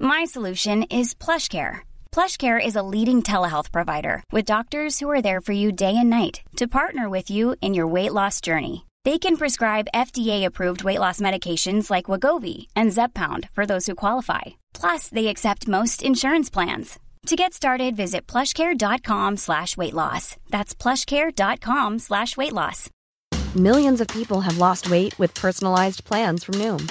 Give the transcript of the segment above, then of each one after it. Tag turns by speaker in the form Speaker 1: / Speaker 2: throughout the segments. Speaker 1: My solution is PlushCare. PlushCare is a leading telehealth provider with doctors who are there for you day and night to partner with you in your weight loss journey. They can prescribe FDA-approved weight loss medications like Wagovi and Zepbound for those who qualify. Plus, they accept most insurance plans. To get started, visit plushcare.com slash weight loss. That's plushcare.com slash weight loss.
Speaker 2: Millions of people have lost weight with personalized plans from Noom,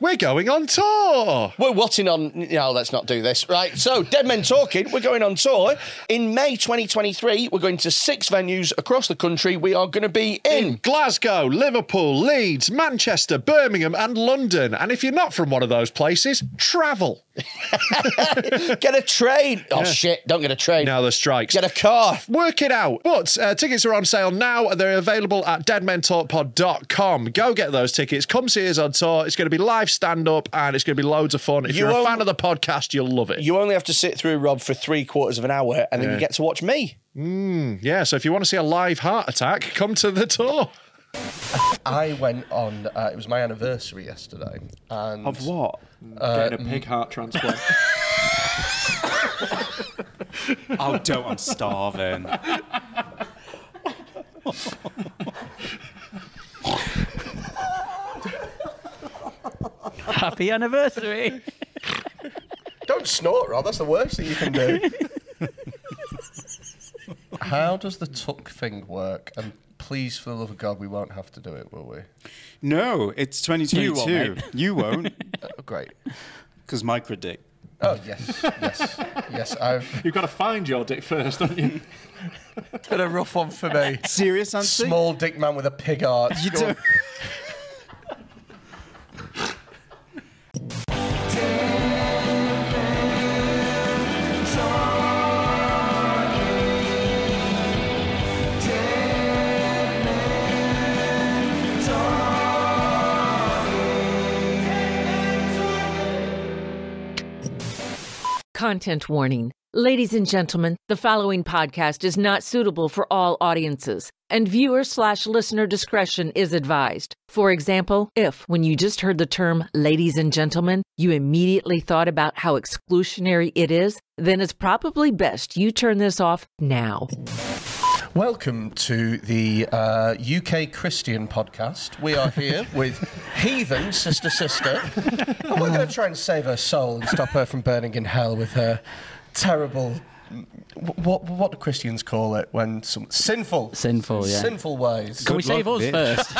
Speaker 3: We're going on tour.
Speaker 4: We're watching on. No, let's not do this. Right. So, Dead Men Talking, we're going on tour. In May 2023, we're going to six venues across the country. We are going to be in.
Speaker 3: Glasgow, Liverpool, Leeds, Manchester, Birmingham, and London. And if you're not from one of those places, travel.
Speaker 4: get a train. Oh, shit. Don't get a train.
Speaker 3: Now the strikes.
Speaker 4: Get a car.
Speaker 3: Work it out. But uh, tickets are on sale now. They're available at deadmentalkpod.com. Go get those tickets. Come see us on tour. It's going to be live stand up and it's going to be loads of fun. If
Speaker 4: You
Speaker 3: you are a
Speaker 4: won't-
Speaker 3: fan of the podcast, you'll love it.
Speaker 4: You only have to sit through Rob for three quarters of an hour and then you get to watch me.
Speaker 3: yeah, so if you want to see a live heart attack, come to the tour.
Speaker 5: I went on. Uh, it was my anniversary yesterday, and
Speaker 6: Of what?
Speaker 3: Uh,
Speaker 6: Getting a pig heart transplant. oh, don't! I'm starving.
Speaker 7: Happy anniversary.
Speaker 5: don't snort, Rob. That's the worst thing you can do. How does the tuck thing work? And please, for the love of God, we won't have to do it, will we?
Speaker 6: No, it's 2022. You won't,
Speaker 5: Oh, great.
Speaker 6: because micro dick.
Speaker 5: Oh yes, yes, yes. I've.
Speaker 7: You've got to find your dick first, don't you?
Speaker 5: It's been a rough one for me.
Speaker 6: Serious, Anthony?
Speaker 5: Small dick man with a pig heart.
Speaker 6: You
Speaker 5: Go on.
Speaker 6: do.
Speaker 8: Content warning. Ladies and gentlemen, the following podcast is not suitable for all audiences, and viewer slash listener discretion is advised. For example, if when you just heard the term ladies and gentlemen, you immediately thought about how exclusionary it is, then it's probably best you turn this off now.
Speaker 5: Welcome to the uh, UK Christian podcast. We are here with heathen sister sister, and we're going to try and save her soul and stop her from burning in hell with her terrible. wh- What what do Christians call it when some sinful
Speaker 7: Sinful, yeah.
Speaker 5: sinful ways?
Speaker 7: Can we save us
Speaker 6: luck,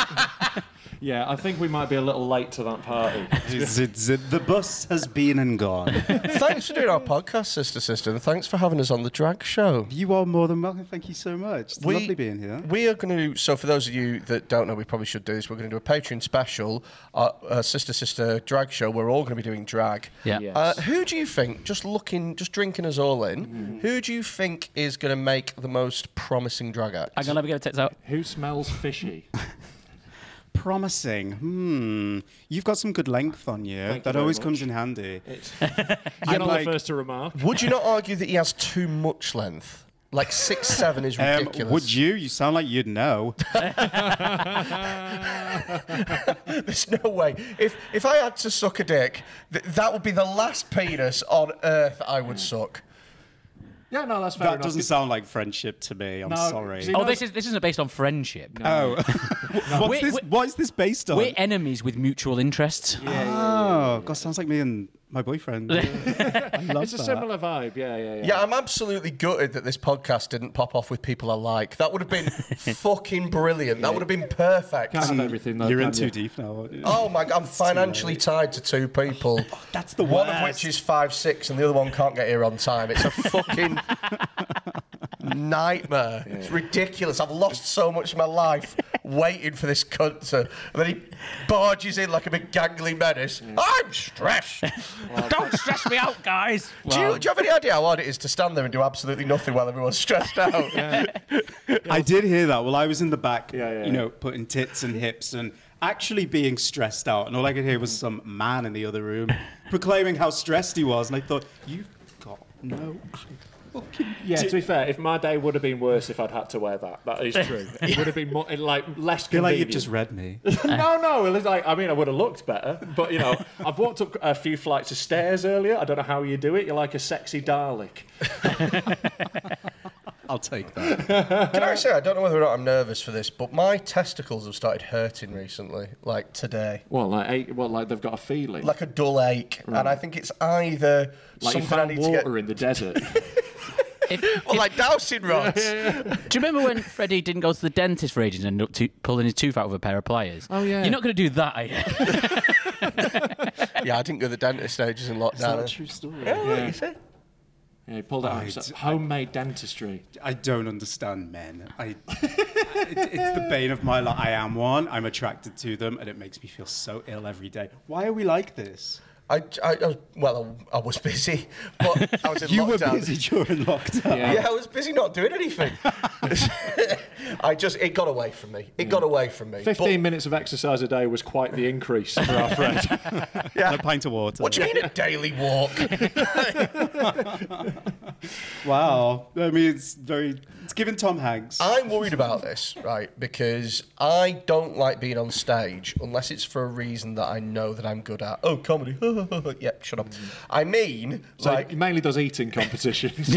Speaker 7: first?
Speaker 6: Yeah, I think we might be a little late to that party. the bus has been and gone.
Speaker 5: thanks for doing our podcast, sister sister, and thanks for having us on the drag show.
Speaker 6: you are more than welcome. Thank you so much. It's lovely being here.
Speaker 5: We are going to. So, for those of you that don't know, we probably should do this. We're going to do a Patreon special, our, uh sister sister drag show. We're all going to be doing drag.
Speaker 7: Yeah. Yes.
Speaker 5: Uh, who do you think, just looking, just drinking us all in, who do you think is going to make the most promising drag act?
Speaker 7: I'm going to go tits out.
Speaker 6: Who smells fishy? Promising. Hmm. You've got some good length on you. that always comes in handy. I'm like,
Speaker 7: to remark.
Speaker 5: Would you not argue that he has too much length? Like six seven is
Speaker 6: um,
Speaker 5: ridiculous.
Speaker 6: would you? You sound like you'd know.
Speaker 5: There's no way. If if I had to suck a dick, th- that would be the last penis on earth I
Speaker 6: Mm.
Speaker 5: would suck.
Speaker 7: Yeah, no, that's fair
Speaker 6: that doesn't sound like friendship to me. I'm sorry.
Speaker 7: Oh, this is this isn't based on friendship.
Speaker 6: Oh, What's
Speaker 9: We're-
Speaker 6: this,
Speaker 9: we're-
Speaker 6: what is this based on?
Speaker 9: We're enemies with mutual interests.
Speaker 6: oh, God, sounds like me and my boyfriend. I love
Speaker 3: it's a
Speaker 6: that.
Speaker 3: similar vibe. Yeah, yeah, yeah.
Speaker 5: Yeah, I'm absolutely gutted that this podcast didn't pop off with people I like. That would have been fucking brilliant. That would have been perfect.
Speaker 3: Can't have everything, though,
Speaker 6: You're in
Speaker 3: can
Speaker 6: too
Speaker 3: you?
Speaker 6: deep now. aren't you?
Speaker 5: Oh my god, I'm financially tied to two people.
Speaker 6: That's the
Speaker 5: one of which
Speaker 6: worst.
Speaker 5: is five six, and the other one can't get here on time. It's a fucking nightmare. It's ridiculous. I've lost so much of my life waiting for this cunt to. And then he barges in like a big gangly menace. I'm stressed.
Speaker 9: Don't stress me out, guys.
Speaker 5: do, you, do you have any idea how hard it is to stand there and do absolutely nothing while everyone's stressed out?
Speaker 6: I did hear that while I was in the back,
Speaker 3: yeah,
Speaker 6: you know, putting tits and hips and actually being stressed out. And all I could hear
Speaker 5: Mm.
Speaker 6: was some man in the other room proclaiming how stressed he was. And I thought, you've got no
Speaker 3: Yeah, to be fair, if my day would have been worse if I'd had to wear that, that is true. It would have been more, like less.
Speaker 6: I feel like
Speaker 3: convenient.
Speaker 6: you've just read me.
Speaker 3: no, no. It was like I mean, I would have looked better, but you know, I've walked up a few flights of stairs earlier. I don't know how you do it. You're like a sexy Dalek.
Speaker 6: I'll take that.
Speaker 5: Can I say I don't know whether or not I'm nervous for this, but my testicles have started hurting recently, like today,
Speaker 3: Well, like eight, well, like they've got a feeling.
Speaker 5: like a dull ache, and I think it's either
Speaker 3: Like you
Speaker 5: something I
Speaker 3: found
Speaker 5: need
Speaker 3: water
Speaker 5: to
Speaker 3: in the desert.
Speaker 5: get, well, like dowsing rods.
Speaker 9: Do you remember when Freddie didn't go to the dentist for ages and ended up to- pulling his tooth out with a pair of pliers?
Speaker 3: Oh, yeah.
Speaker 9: You're not going to do that, are you?
Speaker 5: Yeah, I didn't go to the dentist ages in
Speaker 6: Is that a
Speaker 5: lockdown.
Speaker 6: true story?
Speaker 5: Yeah, like you say.
Speaker 3: yeah, he pulled out himself. homemade dentistry.
Speaker 6: I don't understand men. I, it, it's the bane of my life. I am one. I'm attracted to them, and it makes me feel so ill every day. Why are we like this?
Speaker 5: I, I, I was, well, I, I was busy, but I was in
Speaker 6: you
Speaker 5: lockdown.
Speaker 6: were busy during lockdown.
Speaker 3: Yeah.
Speaker 5: Yeah, I was busy not doing anything. I just it got away from me. It got away from me. But-
Speaker 3: Fifteen minutes of exercise a day was quite the increase for our friend.
Speaker 5: yeah.
Speaker 6: And a pint of water.
Speaker 5: What do you mean a daily walk?
Speaker 6: Wow. I mean, it's very. It's giving Tom Hanks.
Speaker 3: Uh,
Speaker 5: I'm worried about this, right? Because I don't like being on stage unless it's for a reason that I know that I'm good at. Oh, comedy. yeah, shut up. I mean,
Speaker 3: So
Speaker 5: like,
Speaker 3: he mainly does eating competitions.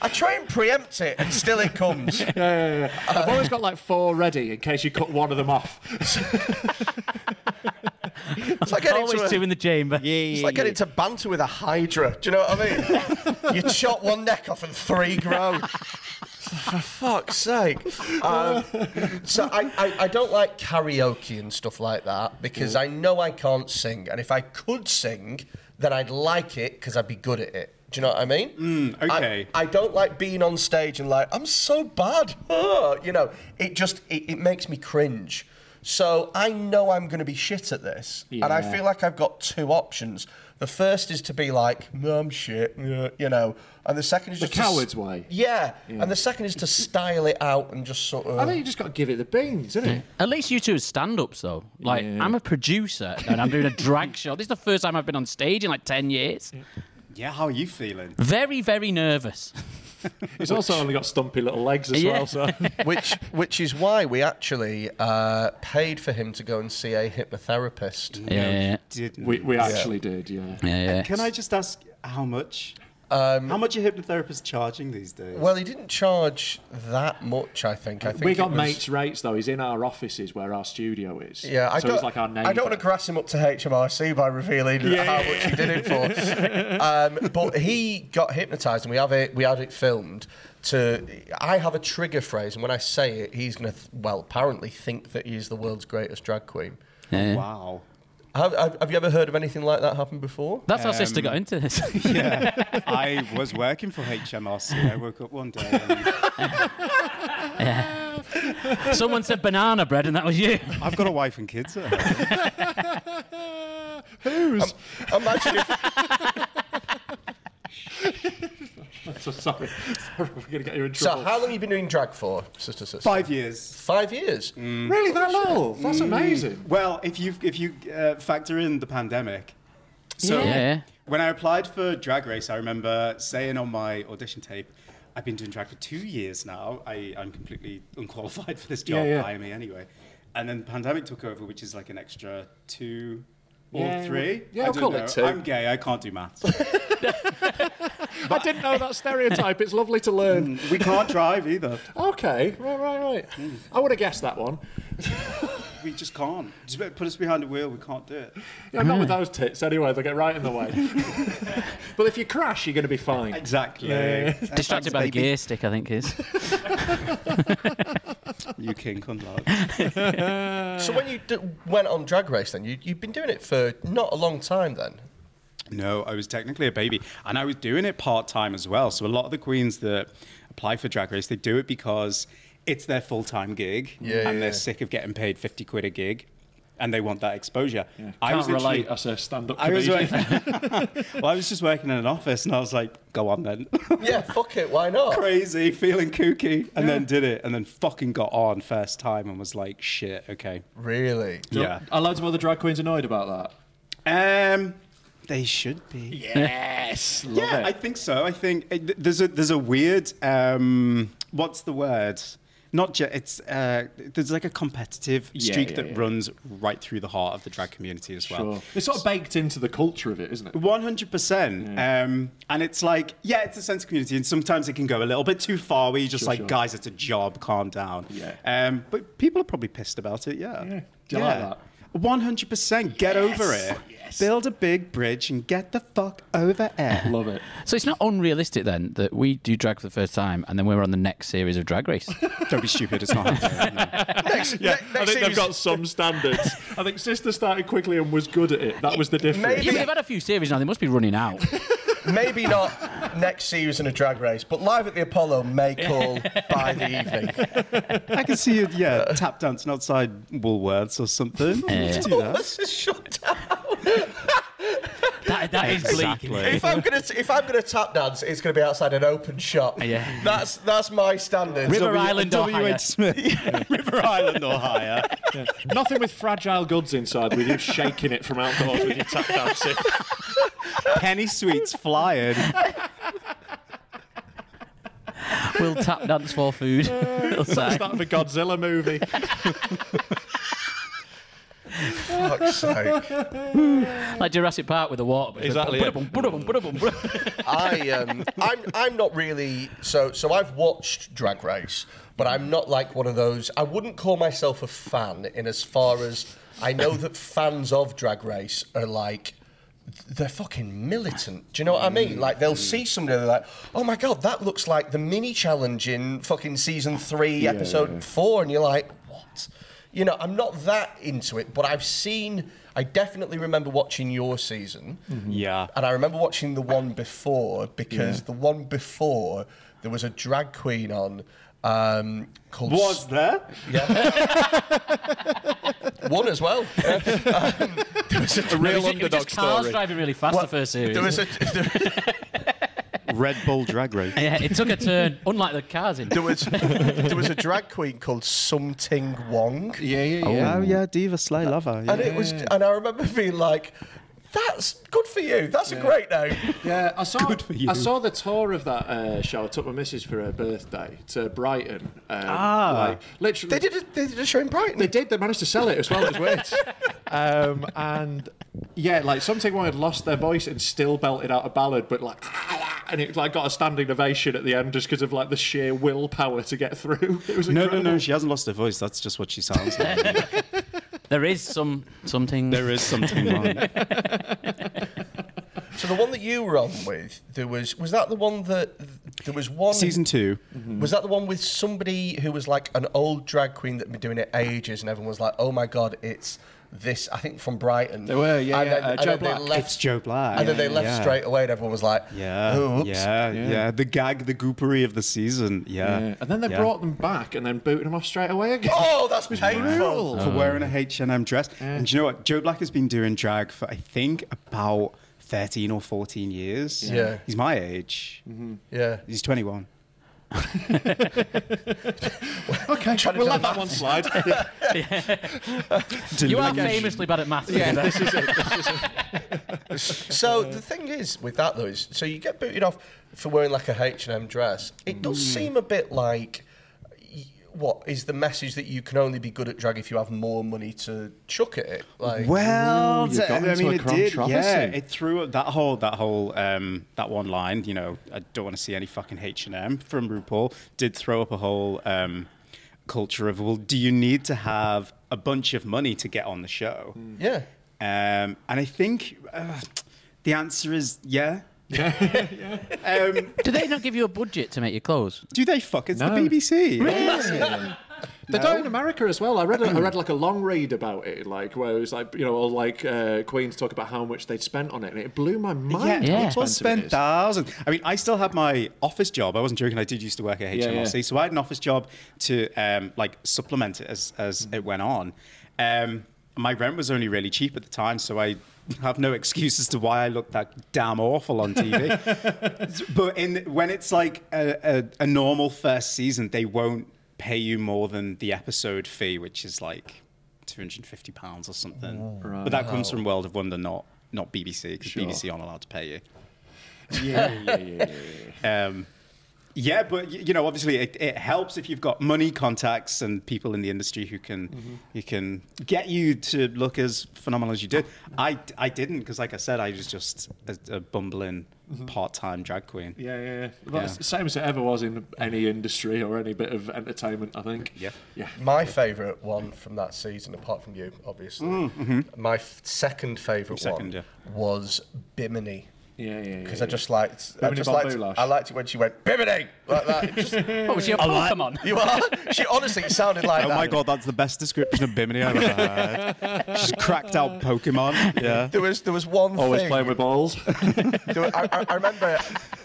Speaker 5: I try and preempt it and still it comes.
Speaker 3: I've always got like four ready in case you cut one of them off.
Speaker 5: It's like getting
Speaker 9: Always
Speaker 5: into
Speaker 9: two
Speaker 5: a,
Speaker 9: in the chamber.
Speaker 5: it's like getting into banter with a hydra. Do you know what I mean? you chop one neck off and three grow. For fuck's sake. Um, so I, I, I don't like karaoke and stuff like that because
Speaker 3: Mm.
Speaker 5: I know I can't sing. And if I could sing, then I'd like it because I'd be good at it. Do you know what I mean? Mm,
Speaker 6: okay.
Speaker 5: I, I don't like being on stage and like, I'm so bad. ah," you know, it just, it, it makes me cringe. So I know I'm going to be shit at this. And I
Speaker 3: Yeah.
Speaker 5: feel like I've got two options. The first is to be like, "No, I'm shit, yeah," you know. And the second is
Speaker 3: The
Speaker 5: just to s-
Speaker 3: coward's way.
Speaker 5: yeah. And the second is to style it out and just sort of.
Speaker 3: I think you just got to give it the beans, isn't it?
Speaker 9: At least you two are stand ups, though. Like, I'm a producer and I'm doing a drag show. This is the first time I've been on stage in like 10 years.
Speaker 6: Yeah, how are you feeling?
Speaker 9: Very, very nervous.
Speaker 3: He's also only got stumpy little legs as
Speaker 9: Yeah.
Speaker 3: well. So
Speaker 5: which which is why we actually uh, paid for him to go and see a hypnotherapist.
Speaker 9: Yeah.
Speaker 6: Didn't.
Speaker 3: we, we actually did, yeah.
Speaker 9: Yeah.
Speaker 6: Can I just ask how much?
Speaker 3: Um,
Speaker 6: how much are hypnotherapists charging these days?
Speaker 5: Well, he didn't charge that much. I think. I think
Speaker 3: We
Speaker 5: it
Speaker 3: got
Speaker 5: was-
Speaker 3: mates rates though. He's in our offices where our studio is.
Speaker 5: Yeah, I
Speaker 3: so
Speaker 5: don't.
Speaker 3: he's like our neighbour.
Speaker 5: I don't want to grass him up to HMRC by revealing how much he did it for. um, but he got hypnotised, and we have it. We had it filmed. To I have a trigger phrase, and when I say it, he's going to th- well apparently think that he is the world's greatest drag queen.
Speaker 9: Yeah.
Speaker 6: wow.
Speaker 5: Have, have, have you ever heard of anything like that happen before?
Speaker 9: That's how sister got into this.
Speaker 6: Yeah. I was working for HMRC. I woke up one day. And
Speaker 9: Someone said banana bread, and that was you.
Speaker 6: I've got a wife and kids at home.
Speaker 5: Imagine if
Speaker 3: So sorry, sorry, we're gonna get you in
Speaker 5: so.
Speaker 3: trouble.
Speaker 5: How long have you been doing drag for, sister? sister?
Speaker 6: Five years.
Speaker 5: Five years.
Speaker 9: Mm.
Speaker 3: really that long? That's amazing.
Speaker 6: Well, if you if you uh, factor in the pandemic, so
Speaker 9: Yeah.
Speaker 6: when I applied for Drag Race, I remember saying on my audition tape, "I've been doing drag for two years now. I, I'm completely unqualified for this job.
Speaker 3: Yeah, yeah.
Speaker 6: Hire me anyway." And then the pandemic took over, which is like an extra two All
Speaker 3: Yeah,
Speaker 6: three?
Speaker 3: yeah,
Speaker 6: I
Speaker 3: I'll
Speaker 6: don't
Speaker 3: call it
Speaker 6: know.
Speaker 3: two.
Speaker 6: I'm gay. I can't do maths.
Speaker 3: I didn't know that stereotype. It's lovely to learn.
Speaker 6: we can't drive either.
Speaker 3: Okay, right, right, right.
Speaker 5: Mm.
Speaker 3: I would have guessed that one.
Speaker 6: We just can't. Just put us behind a wheel. We can't do it.
Speaker 3: Yeah, not with those tits anyway. They get right in the way. but if you crash, you're going to be fine.
Speaker 6: Exactly.
Speaker 9: Distracted by the gear stick, I think is.
Speaker 6: you king come
Speaker 5: so when you d- went on Drag Race, then you you've been doing it for not a long time. Then
Speaker 6: No, I was technically a baby, and I was doing it part time as well. So a lot of the queens that apply for Drag Race, they do it because it's their full time gig,
Speaker 3: Yeah,
Speaker 6: and
Speaker 3: yeah,
Speaker 6: they're
Speaker 3: yeah.
Speaker 6: sick of getting paid fifty quid a gig, and they want that exposure.
Speaker 3: I can't
Speaker 6: literally-
Speaker 3: relate as a stand-up
Speaker 6: I was
Speaker 3: comedian.
Speaker 6: well, I was just working in an office, and I was like, "Go on then."
Speaker 5: yeah, fuck it, why not?
Speaker 6: Crazy, feeling kooky, and then did it, and then fucking got on first time, and was like, "Shit, okay."
Speaker 5: Really?
Speaker 6: Yeah.
Speaker 3: Are loads of other drag queens annoyed about
Speaker 6: that? Um, they should be.
Speaker 3: Yes. Love
Speaker 6: yeah,
Speaker 3: it.
Speaker 6: I think so. I think uh, th- there's a there's a weird um, what's the word? Not ju- it's uh, there's like a competitive
Speaker 3: Yeah,
Speaker 6: streak
Speaker 3: yeah,
Speaker 6: that
Speaker 3: yeah.
Speaker 6: runs right through the heart of the drag community as well.
Speaker 3: Sure. It's sort of baked into the culture of it, isn't it?
Speaker 6: One hundred percent. um, And it's like, yeah, it's a sense of community, and sometimes it can go a little bit too far. Where you're just
Speaker 3: Sure,
Speaker 6: like,
Speaker 3: sure.
Speaker 6: guys, it's a job. Calm down. Yeah. Um, but people are probably pissed about it. Yeah. Yeah.
Speaker 3: Do you like that?
Speaker 6: One hundred percent. Get over it. Build a big bridge and get the fuck over it.
Speaker 3: Love it.
Speaker 9: So it's not unrealistic then that we do drag for the first time and then we're on the next series of Drag Race.
Speaker 6: Don't be stupid. It's not.
Speaker 3: Yeah, I think they've got some standards. I think Sister started quickly and was good at it. That was the difference.
Speaker 9: Yeah, but they've had a few series now. They must be running out.
Speaker 5: Maybe not next season of Drag Race, but live at the Apollo may call by the evening.
Speaker 6: I can see you, yeah, tap dancing outside Woolworths or something. Let's do that.
Speaker 5: Let's just shut
Speaker 9: That, that is bleak. isn't it?
Speaker 5: If I'm gonna if I'm gonna tap dance, it's gonna be outside an open shop.
Speaker 9: Yeah.
Speaker 5: that's that's my standard.
Speaker 9: River Island or higher.
Speaker 6: River Island or higher.
Speaker 3: Nothing with fragile goods inside with you shaking it from outdoors with your tap dancing.
Speaker 6: Penny sweets flying.
Speaker 9: We'll tap dance for food. It'll say.
Speaker 3: That's that of a Godzilla movie.
Speaker 5: Fuck's sake.
Speaker 9: like Jurassic Park with the water.
Speaker 3: Exactly, yeah.
Speaker 5: I um, I'm I'm not really so so I've watched Drag Race, but I'm not like one of those. I wouldn't call myself a fan in as far as I know that fans of Drag Race are like. They're fucking militant. Do you know what I mean? Like they'll see somebody, they're like, "Oh my god, that looks like the mini challenge in fucking season three, episode four," and you're like, "What?" You know, I'm not that into it, but I've seen. I definitely remember watching your season,
Speaker 6: Yeah.
Speaker 5: and I remember watching the one before because the one before there was a drag queen on um, called
Speaker 6: Was there?
Speaker 5: one as well. Yeah. Um, there was a,
Speaker 9: Real underdog just cars driving really fast
Speaker 5: Well,
Speaker 9: the first series.
Speaker 5: There was a there,
Speaker 6: Red Bull drag race.
Speaker 9: yeah, it took a turn, unlike the cars in.
Speaker 5: there was there was a drag queen called Something Wong,
Speaker 3: Yeah, yeah,
Speaker 6: Oh, yeah, Diva Slay Lover.
Speaker 5: and it was and I remember being like, "That's good for you. That's a great name."
Speaker 3: Yeah, I saw.
Speaker 6: Good for you.
Speaker 3: I saw the tour of that uh, show. I took my missus for her birthday to Brighton. Um, ah, like, literally,
Speaker 5: They did a, they did a show in Brighton.
Speaker 3: They did. They managed to sell it as well. It was weird. um, and yeah, like something one had lost their voice and still belted out a ballad, but like, and it like got a standing ovation at the end just because of like the sheer willpower to get through. It was
Speaker 6: No, no,
Speaker 3: incredible.
Speaker 6: no. She hasn't lost her voice. That's just what she sounds like.
Speaker 9: There is some something.
Speaker 6: there is something wrong.
Speaker 5: So the one that you were on with, there was was that the one that there was one Mm-hmm.
Speaker 6: Season two.
Speaker 5: Was that the one with somebody who was like an old drag queen that had been doing it ages, and everyone was like, "Oh my god, it's this"? I think from Brighton. They
Speaker 3: were, yeah,
Speaker 5: And
Speaker 3: yeah,
Speaker 5: then,
Speaker 3: uh,
Speaker 5: and
Speaker 3: Joe
Speaker 5: then
Speaker 3: Black.
Speaker 5: They left,
Speaker 6: It's Joe Black.
Speaker 5: And then they
Speaker 6: Yeah,
Speaker 5: left
Speaker 6: yeah.
Speaker 5: straight away, and everyone was like,
Speaker 6: Yeah,
Speaker 5: "Oops."
Speaker 6: yeah, yeah, The gag, the goopery of the season. Yeah.
Speaker 3: Yeah. And then they
Speaker 6: uh, Yeah.
Speaker 3: brought them back and then booted them off straight away again.
Speaker 5: Oh, that's painful.
Speaker 6: for wearing a H&M dress.
Speaker 5: Eh.
Speaker 6: And do you know what? Joe Black has been doing drag for, I think, about 13 or 14 years.
Speaker 5: Yeah. Mm-hmm.
Speaker 6: He's my age.
Speaker 5: Yeah.
Speaker 6: He's 21.
Speaker 5: Okay.
Speaker 3: We'll let that one slide. yeah,
Speaker 9: you are famously bad at maths. Yeah,
Speaker 3: this is it. This is it.
Speaker 5: So the thing is with that though is so you get booted off for wearing like a H and M dress. It does seem a bit like y- what is the message that you can only be good at drag if you have more money to chuck at it? Like,
Speaker 6: well, t- I mean, it did. Yeah, it threw that whole that whole um, that one line. You know, I don't want to see any fucking H and M from RuPaul. Did throw up a whole um, culture of well, do you need to have a bunch of money to get on the show?
Speaker 5: Yeah.
Speaker 6: Um, and I think uh, the answer is yeah. um,
Speaker 9: Do they not give you a budget to make your clothes?
Speaker 6: Do they fuck? It's
Speaker 9: No.
Speaker 6: the BBC.
Speaker 9: Really?
Speaker 3: They
Speaker 6: No. Hmm.
Speaker 3: don't in America as well. I read a, I read like a long read about it, like where it was like you know, all like uh, Queens talk about how much they'd spent on it, and it blew my mind.
Speaker 6: Yeah,
Speaker 3: how
Speaker 6: people
Speaker 3: expensive it
Speaker 6: spend
Speaker 3: is.
Speaker 6: thousands. I mean, I still had my office job. I wasn't joking. I did used to work at
Speaker 3: Yeah,
Speaker 6: HMRC,
Speaker 3: yeah.
Speaker 6: so I had an office job to um, like supplement it as as it went on. Um, my rent was only really cheap at the time, so I have no excuse as to why I looked that damn awful on TV. but in when it's like a, a, a normal first season, they won't pay you more than the episode fee, which is like two hundred and fifty pounds or something.
Speaker 3: Oh. Right.
Speaker 6: But that comes
Speaker 3: Wow.
Speaker 6: from World of Wonder, not not BBC, because
Speaker 3: Sure.
Speaker 6: BBC aren't allowed to pay you.
Speaker 3: Yeah, yeah, yeah, yeah,
Speaker 6: Um, yeah, but y- you know, obviously, it, it helps if you've got money, contacts, and people in the industry who can who can get you to look as phenomenal as you did. I, I didn't because, like I said, I was just a, a bumbling part time drag queen.
Speaker 3: Yeah, yeah, yeah. Well, it's the same as it ever was in any industry or any bit of entertainment. I think.
Speaker 6: Yeah.
Speaker 3: Yeah.
Speaker 5: My favourite one from that season, apart from you, obviously,
Speaker 3: Mm, mhm.
Speaker 5: my f- second favourite
Speaker 3: Second,
Speaker 5: one
Speaker 3: yeah.
Speaker 5: was Bimini.
Speaker 3: Yeah, yeah,
Speaker 5: Because
Speaker 3: yeah,
Speaker 5: I just liked, I
Speaker 3: Bimini
Speaker 5: just
Speaker 3: Bob
Speaker 5: liked,
Speaker 3: Boulash.
Speaker 5: I liked it when she went Bimini like that. It Just,
Speaker 9: What, was she a
Speaker 5: I like-
Speaker 9: Pokemon?
Speaker 5: you are. She honestly it sounded like
Speaker 6: oh
Speaker 5: that.
Speaker 6: my god, that's the best description of Bimini I've ever heard. She's cracked out Pokemon. Yeah.
Speaker 5: There was there was one
Speaker 3: Always
Speaker 5: thing.
Speaker 3: playing with balls.
Speaker 5: There were- I, I- I remember.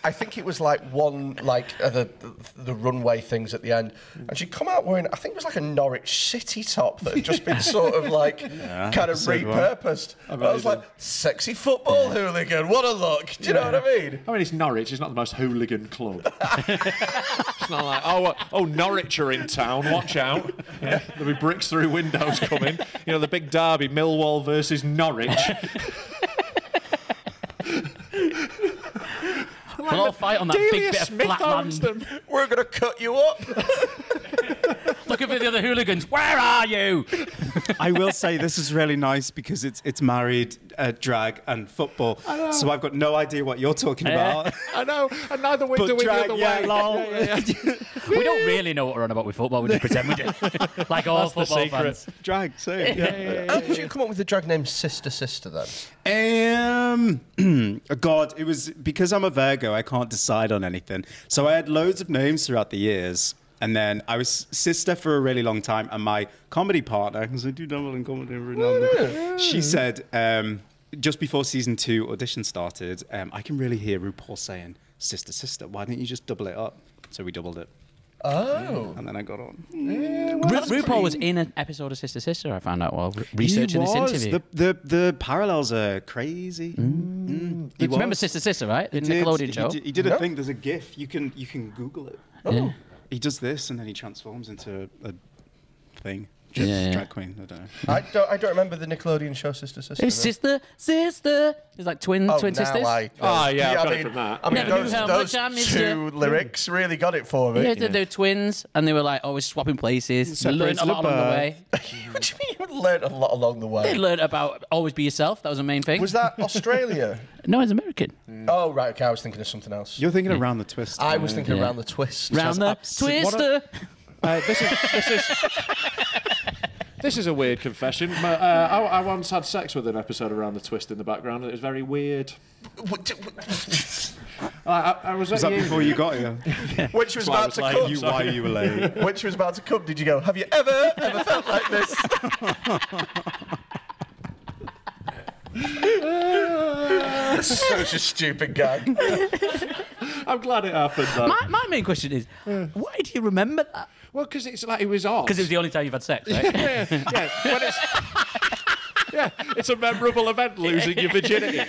Speaker 5: I think it was like one like uh, the, the the runway things at the end, and she'd come out wearing I think it was like a Norwich City top that had just been sort of like
Speaker 6: Yeah,
Speaker 5: kind of
Speaker 6: so do I.
Speaker 5: repurposed. I, was like, sexy football hooligan, what a look! Do you know what I mean?
Speaker 3: I mean, it's Norwich. It's not the most hooligan club. it's not like oh, uh, oh, Norwich are in town. Watch out! Yeah, there'll be bricks through windows coming. You know, the big derby, Millwall versus Norwich.
Speaker 9: We'll all fight on that big bit of flat land.
Speaker 5: We're gonna cut you up.
Speaker 9: Looking for the other hooligans. Where are you?
Speaker 6: I will say this is really nice because it's it's married uh, drag and football.
Speaker 3: I know.
Speaker 6: So I've got no idea what you're talking about.
Speaker 3: I know, and neither way
Speaker 6: But
Speaker 3: do we the
Speaker 6: drag,
Speaker 3: other
Speaker 6: yeah,
Speaker 3: way.
Speaker 6: lol.
Speaker 9: We don't really know what we're on about with football. We just pretend we do. Like all
Speaker 6: That's
Speaker 9: football
Speaker 6: the secret.
Speaker 9: fans.
Speaker 6: Drag, so
Speaker 5: How did you come up with the drag name Sister Sister then?
Speaker 6: Um, God, it was because I'm a Virgo. I can't decide on anything. So I had loads of names throughout the years, and then I was sister for a really long time. And my comedy partner, because I do double in comedy every now and then, she said um, just before season two audition started, um, I can really hear RuPaul saying "sister, sister." Why don't you just double it up? So we doubled it,
Speaker 5: Oh,
Speaker 6: and then I got on.
Speaker 9: Ru- RuPaul was in an episode of Sister Sister, I found out while re- researching
Speaker 6: He
Speaker 9: this
Speaker 6: was.
Speaker 9: interview.
Speaker 6: The, the the parallels are crazy. Mm. He
Speaker 9: you remember
Speaker 6: was.
Speaker 9: Sister Sister, right? The
Speaker 6: He did.
Speaker 9: Nickelodeon
Speaker 6: He
Speaker 9: show.
Speaker 6: did- He did
Speaker 5: No.
Speaker 6: a thing. There's a GIF. You can you can Google it.
Speaker 9: Yeah.
Speaker 5: Oh.
Speaker 6: He does this and then he transforms into a, a thing.
Speaker 9: Yeah,
Speaker 6: Just
Speaker 9: yeah.
Speaker 6: drag queen. I don't know.
Speaker 5: I don't I don't remember the Nickelodeon show Sister Sister.
Speaker 9: It was sister, sister. It's like twin,
Speaker 5: Oh,
Speaker 9: twin
Speaker 5: now
Speaker 9: sisters.
Speaker 5: I,
Speaker 3: Ah, yeah, I've
Speaker 5: I
Speaker 3: got it
Speaker 5: mean,
Speaker 3: from that.
Speaker 5: I mean,
Speaker 9: Never knew
Speaker 5: those,
Speaker 9: how
Speaker 5: those
Speaker 9: much I missed
Speaker 5: two
Speaker 9: you.
Speaker 5: lyrics really got it for me.
Speaker 9: Yeah, they- they're twins, and they were like always swapping places.
Speaker 6: Separates
Speaker 9: Learned a
Speaker 6: the
Speaker 9: lot along the
Speaker 6: birth.
Speaker 9: way.
Speaker 5: what do you mean you learned a lot along the
Speaker 9: They
Speaker 5: way?
Speaker 9: learned about always be yourself. That was the main thing.
Speaker 5: Was that Australia?
Speaker 9: No, it's American.
Speaker 5: oh, right. Okay, I was thinking of something else.
Speaker 6: You're thinking around the twist.
Speaker 5: I was thinking
Speaker 9: Yeah.
Speaker 5: around the twist.
Speaker 9: Round the
Speaker 3: what
Speaker 9: twister.
Speaker 3: Uh, this is this is this is a weird confession. My- uh, I, I once had sex with an episode around the twist in the background, and it was very weird.
Speaker 5: What- what-
Speaker 3: I, I, I was,
Speaker 6: Was
Speaker 3: at
Speaker 6: that
Speaker 3: uni-
Speaker 6: before you got here?
Speaker 5: Which was
Speaker 6: Why I
Speaker 5: about
Speaker 6: was
Speaker 5: to
Speaker 6: like,
Speaker 5: come.
Speaker 6: you, why you were late?
Speaker 5: Which was about to come. Did you go? Have you ever ever felt like this? Such a stupid gag.
Speaker 3: I'm glad it happened. Though.
Speaker 9: My, my main question is, why do you remember that?
Speaker 3: Well, because it's like it was odd.
Speaker 9: Because it was the only time you've had sex, right?
Speaker 3: yeah, yeah, when it's, yeah, it's a memorable event losing your virginity.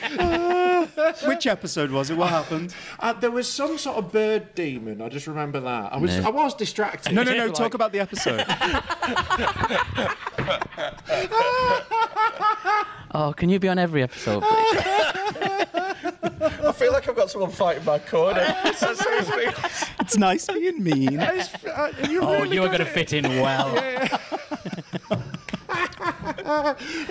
Speaker 6: Which episode was it? What happened?
Speaker 3: Uh, there was some sort of bird demon. I just remember that. I was I was distracted.
Speaker 6: No, no, no.
Speaker 3: Like-
Speaker 6: Talk about the episode.
Speaker 9: oh, can you be on every episode, please?
Speaker 5: I feel like I've got someone fighting my corner. That's how it feels.
Speaker 6: It's nice being mean.
Speaker 3: uh,
Speaker 9: oh, you are going to fit in well.
Speaker 3: yeah,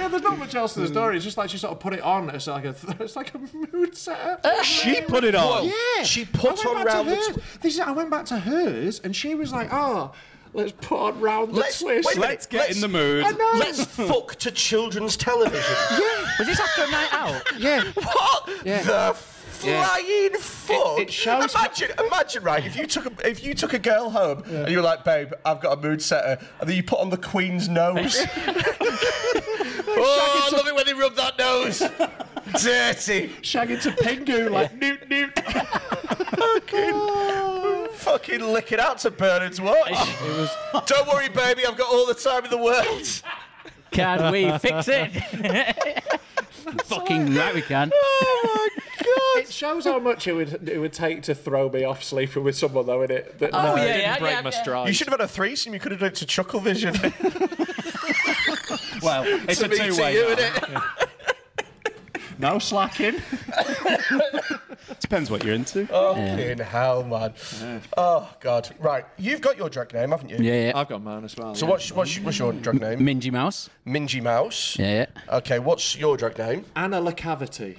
Speaker 3: there's not much else to the story. It's just like she sort of put it on. It's like a, it's like a mood setter.
Speaker 5: Uh, She put it on?
Speaker 3: Yeah,
Speaker 5: She put
Speaker 3: I went
Speaker 5: on
Speaker 3: back to
Speaker 5: round the
Speaker 3: hers. This is, I went back to hers, and she was like, "Oh, let's put on round the
Speaker 5: Let's,
Speaker 3: twist.
Speaker 5: wait a minute, let's-
Speaker 3: I know.
Speaker 5: Let's fuck to children's television.
Speaker 3: yeah,
Speaker 9: Was this after a night out?
Speaker 3: yeah.
Speaker 5: What
Speaker 3: Yeah.
Speaker 5: the
Speaker 3: Yeah.
Speaker 5: flying fuck?
Speaker 3: It- it shows-
Speaker 5: Imagine, imagine, right? If you took a, if you took a girl home and you were like, babe, I've got a mood setter, and then you put on the Queen's nose. oh, I love it when they rub that nose. Dirty.
Speaker 3: Shagging to Pingu like Newt Newt.
Speaker 5: Fucking, fucking lick it out to Bernard's watch.
Speaker 9: It was.
Speaker 5: Don't worry, baby, I've got all the time in the world.
Speaker 9: Can we fix it? Fucking right, we can.
Speaker 5: Oh my god.
Speaker 3: It shows how much it would it would take to throw me off sleeping with someone though, innit? That,
Speaker 9: Oh, yeah,
Speaker 3: didn't
Speaker 9: yeah,
Speaker 3: break
Speaker 9: yeah,
Speaker 3: my
Speaker 9: yeah.
Speaker 3: stride.
Speaker 5: You should have had a threesome. You could have done it to Chuckle Vision.
Speaker 6: well, it's
Speaker 5: to
Speaker 6: a
Speaker 5: me, to
Speaker 6: two-way.
Speaker 5: you,
Speaker 6: now.
Speaker 5: innit?
Speaker 3: no Oh, slacking.
Speaker 6: Depends what you're into.
Speaker 5: Fucking hell, man. Oh god. Right, you've got your drag name, haven't you?
Speaker 9: Yeah, yeah.
Speaker 3: I've got mine as well.
Speaker 5: So
Speaker 3: yeah.
Speaker 5: what's what's, what's your drag name?
Speaker 9: Mingy Mouse.
Speaker 5: Mingy Mouse.
Speaker 9: Yeah,
Speaker 5: Okay, what's your drag name?
Speaker 3: Anna LaCavity.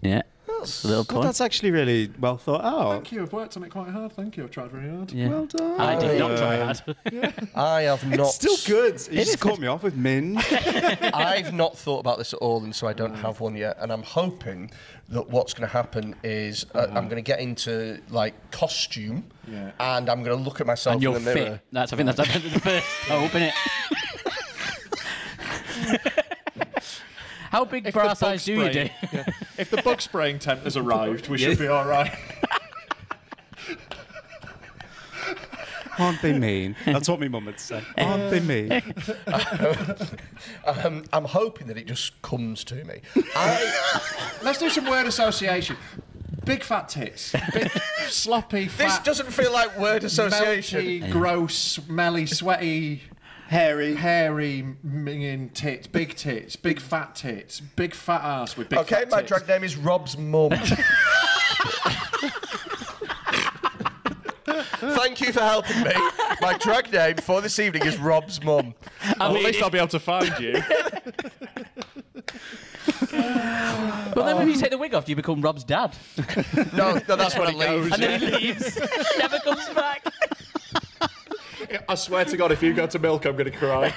Speaker 9: yeah. a little
Speaker 6: Well,
Speaker 9: pun.
Speaker 6: that's actually really well thought out.
Speaker 3: Thank you. I've worked on it quite hard. Thank you. I've tried very hard.
Speaker 9: Yeah.
Speaker 6: Well done.
Speaker 9: I did not try hard.
Speaker 5: I have not.
Speaker 6: It's still good. You just caught me off with Min.
Speaker 5: I've not thought about this at all, and so I don't have one yet. And I'm hoping that what's going to happen is uh,
Speaker 9: Mm.
Speaker 5: I'm going to get into like costume,
Speaker 3: Yeah.
Speaker 5: and I'm going to look at myself
Speaker 9: and
Speaker 5: in
Speaker 9: you're
Speaker 5: the mirror.
Speaker 9: fit. That's I think that's the first hope, is it? How big for
Speaker 3: the
Speaker 9: our size do you do?
Speaker 3: spraying- yeah. If the bug spraying tent has arrived, we should be all right.
Speaker 6: Aren't they mean? That's what my mum would say. Aren't they mean?
Speaker 5: Um, I'm hoping that it just comes to me. I,
Speaker 3: Let's do some word association. Big fat tits. Big sloppy fat.
Speaker 5: this doesn't feel like word association.
Speaker 3: Melty, gross, smelly, sweaty,
Speaker 6: Hairy.
Speaker 3: hairy, minging tits, big tits, big fat tits, big fat ass with big.
Speaker 5: Okay,
Speaker 3: fat
Speaker 5: my
Speaker 3: tits.
Speaker 5: drag name is Rob's mum. Thank you for helping me. My drag name for this evening is Rob's mum.
Speaker 3: Well, at least I'll be able to find you.
Speaker 9: But then when you take the wig off, do you become Rob's dad?
Speaker 5: No, no, that's what I leave.
Speaker 9: And then he leaves. Never comes back.
Speaker 3: I swear to God, if you go to milk, I'm going to cry.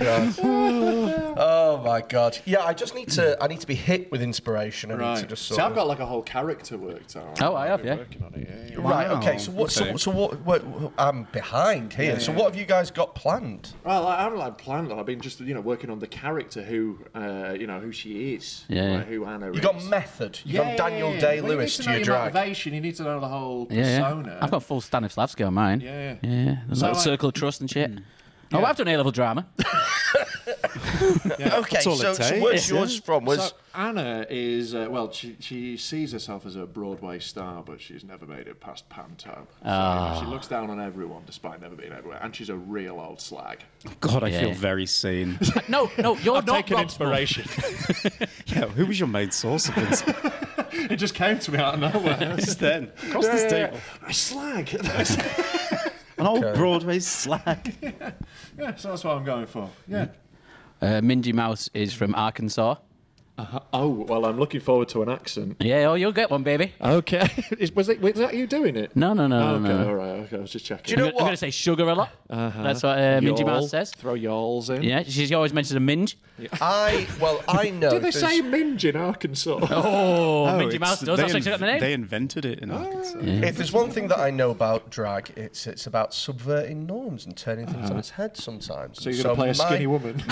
Speaker 5: Oh my god. Yeah, I just need to. I need to be hit with inspiration. I need to just sort
Speaker 3: See, I've
Speaker 5: of-
Speaker 3: got like a whole character worked out.
Speaker 9: Oh, I have,
Speaker 3: I've
Speaker 9: yeah.
Speaker 3: been Working on it. yeah, yeah.
Speaker 5: Right.
Speaker 6: Wow,
Speaker 5: Okay. So what? So,
Speaker 6: okay.
Speaker 5: so what, what, what- I'm behind here. so what have you guys got planned?
Speaker 3: Well, I haven't like planned on. I've been just you know working on the character who uh, you know who she is.
Speaker 9: Yeah.
Speaker 3: like, who Anna
Speaker 5: You
Speaker 3: is.
Speaker 5: got method. You got Daniel
Speaker 3: yeah.
Speaker 5: Day
Speaker 3: Well,
Speaker 5: Lewis
Speaker 3: you need
Speaker 5: to,
Speaker 3: to know
Speaker 5: your
Speaker 3: your
Speaker 5: drag.
Speaker 3: motivation. You need to know the whole
Speaker 9: Yeah,
Speaker 3: persona.
Speaker 9: I've got full Stanislavski on mine.
Speaker 3: Yeah, yeah.
Speaker 9: yeah. There's a little
Speaker 3: I- Mm.
Speaker 9: circle of trust and shit. Oh, I've done A-level drama.
Speaker 5: Okay.
Speaker 6: That's all it
Speaker 5: So, so
Speaker 6: takes,
Speaker 5: where's
Speaker 6: yeah.
Speaker 5: yours from? Was
Speaker 3: So Anna is uh, well, she, she sees herself as a Broadway star, but she's never made it past pantomime. So, you know,
Speaker 9: Ah.
Speaker 3: she looks down on everyone despite never being everywhere, and she's a real old slag.
Speaker 6: God, I
Speaker 9: Yeah.
Speaker 6: feel very seen.
Speaker 9: No, no, you're not Rob's mum.
Speaker 6: yeah, who was your main source of this?
Speaker 3: it just came to me out of nowhere.
Speaker 6: Just then, across
Speaker 3: Yeah,
Speaker 6: this
Speaker 3: yeah,
Speaker 6: table,
Speaker 3: yeah. A slag. yeah,
Speaker 6: an old Broadway slag.
Speaker 3: so that's what I'm going for. Yeah.
Speaker 9: Uh, Mingy Mouse is from Arkansas.
Speaker 3: Oh well, I'm looking forward to an accent.
Speaker 9: Yeah, oh, you'll get one, baby.
Speaker 3: Okay. Is, was, it, was that you doing it?
Speaker 9: No, no, no,
Speaker 3: Oh, okay.
Speaker 9: no, no.
Speaker 3: All right. Okay. I was just checking.
Speaker 5: You know
Speaker 9: I'm
Speaker 5: what?
Speaker 9: going to say sugar a lot. That's what uh, Mingy Mouse says.
Speaker 3: Throw yalls in.
Speaker 9: Yeah, she she always mentions a minge.
Speaker 5: I? Well, I know.
Speaker 3: Do they
Speaker 5: there's-
Speaker 3: say minge in Arkansas?
Speaker 9: Oh, Mingy
Speaker 6: it's-
Speaker 9: Mouse does.
Speaker 6: They,
Speaker 9: That's why she got the
Speaker 6: inv-
Speaker 9: name. Oh.
Speaker 6: they invented it in Arkansas.
Speaker 5: If there's one thing that I know about drag, it's it's about subverting norms and turning things
Speaker 6: Uh-huh.
Speaker 5: on its head sometimes.
Speaker 3: So you're going to play a skinny woman?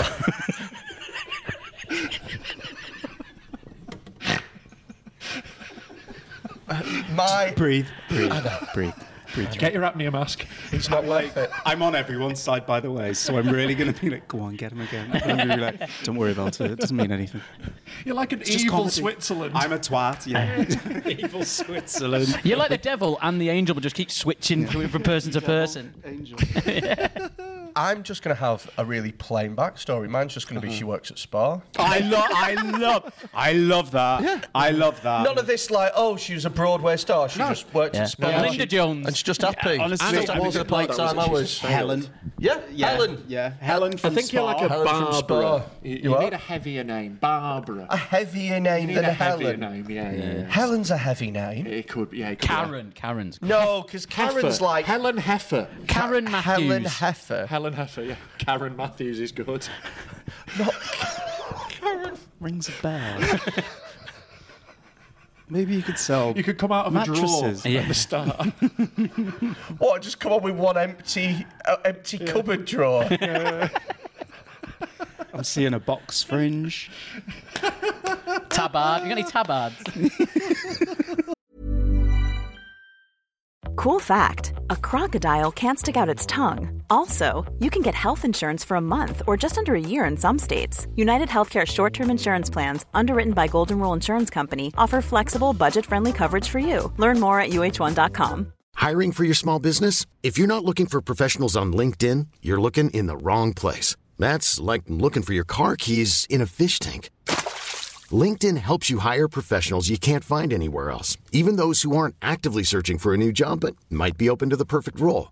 Speaker 5: My,
Speaker 6: Breathe, breathe, breathe, breathe.
Speaker 3: Get your apnea mask.
Speaker 5: it's not worth it.
Speaker 6: I'm on everyone's side, by the way, so I'm really going to be like, go on, get him again. And I'm going to be like, don't worry about it. It doesn't mean anything.
Speaker 3: You're like an
Speaker 6: It's just
Speaker 3: evil
Speaker 6: comedy.
Speaker 3: Switzerland.
Speaker 6: I'm a twat, yeah. evil Switzerland.
Speaker 9: You're like the devil and the angel, but just keep switching from person to person.
Speaker 6: Angel.
Speaker 5: I'm just going to have a really plain backstory. Mine's just going to be
Speaker 6: Uh-huh.
Speaker 5: she works at Spa.
Speaker 6: I love, I love, I love that. I love that.
Speaker 5: None of this like, oh, she was a Broadway star. She just worked
Speaker 6: Yeah.
Speaker 5: at Spa.
Speaker 6: Um, No.
Speaker 5: and
Speaker 6: Linda
Speaker 5: she-
Speaker 6: Jones.
Speaker 5: And she's just happy.
Speaker 6: Yeah, honestly,
Speaker 5: She's just
Speaker 6: it
Speaker 5: happy
Speaker 6: wasn't
Speaker 5: to play
Speaker 6: like that, was
Speaker 5: time
Speaker 6: it? She was
Speaker 5: hours.
Speaker 6: Helen.
Speaker 5: Yeah,
Speaker 6: Yeah,
Speaker 5: Helen.
Speaker 6: yeah. Helen
Speaker 3: I
Speaker 6: from
Speaker 3: think you're
Speaker 6: Spa.
Speaker 3: like a
Speaker 6: Helen from Spa.
Speaker 3: Barbara. You,
Speaker 5: You
Speaker 3: you
Speaker 5: what?
Speaker 3: need a heavier name, Barbara.
Speaker 5: A heavier name
Speaker 3: you need
Speaker 5: than
Speaker 3: a heavier
Speaker 5: Helen.
Speaker 3: name, yeah, yeah. yeah.
Speaker 5: Helen's a heavy name.
Speaker 3: It could, be- yeah. It could
Speaker 9: Karen. Karen's.
Speaker 3: Be
Speaker 5: No, because Karen's
Speaker 3: Heifer.
Speaker 5: like
Speaker 3: Helen Heifer.
Speaker 9: Karen Matthews.
Speaker 5: Helen Heifer.
Speaker 3: Helen Heifer, yeah. Karen Matthews is good.
Speaker 6: Rings a bell. Maybe you could sell.
Speaker 3: You could come out of
Speaker 6: Mattresses.
Speaker 3: a drawer at the start.
Speaker 5: What? Just come on with one empty, uh, empty cupboard drawer.
Speaker 6: I'm seeing a box fringe.
Speaker 9: Tabard. You got any tabards?
Speaker 8: Cool fact a crocodile can't stick out its tongue. Also, you can get health insurance for a month or just under a year in some states. United Healthcare short term insurance plans, underwritten by Golden Rule Insurance Company, offer flexible, budget friendly coverage for you. Learn more at uh1.com.
Speaker 10: Hiring for your small business? If you're not looking for professionals on LinkedIn, you're looking in the wrong place. That's like looking for your car keys in a fish tank. LinkedIn helps you hire professionals you can't find anywhere else, even those who aren't actively searching for a new job but might be open to the perfect role.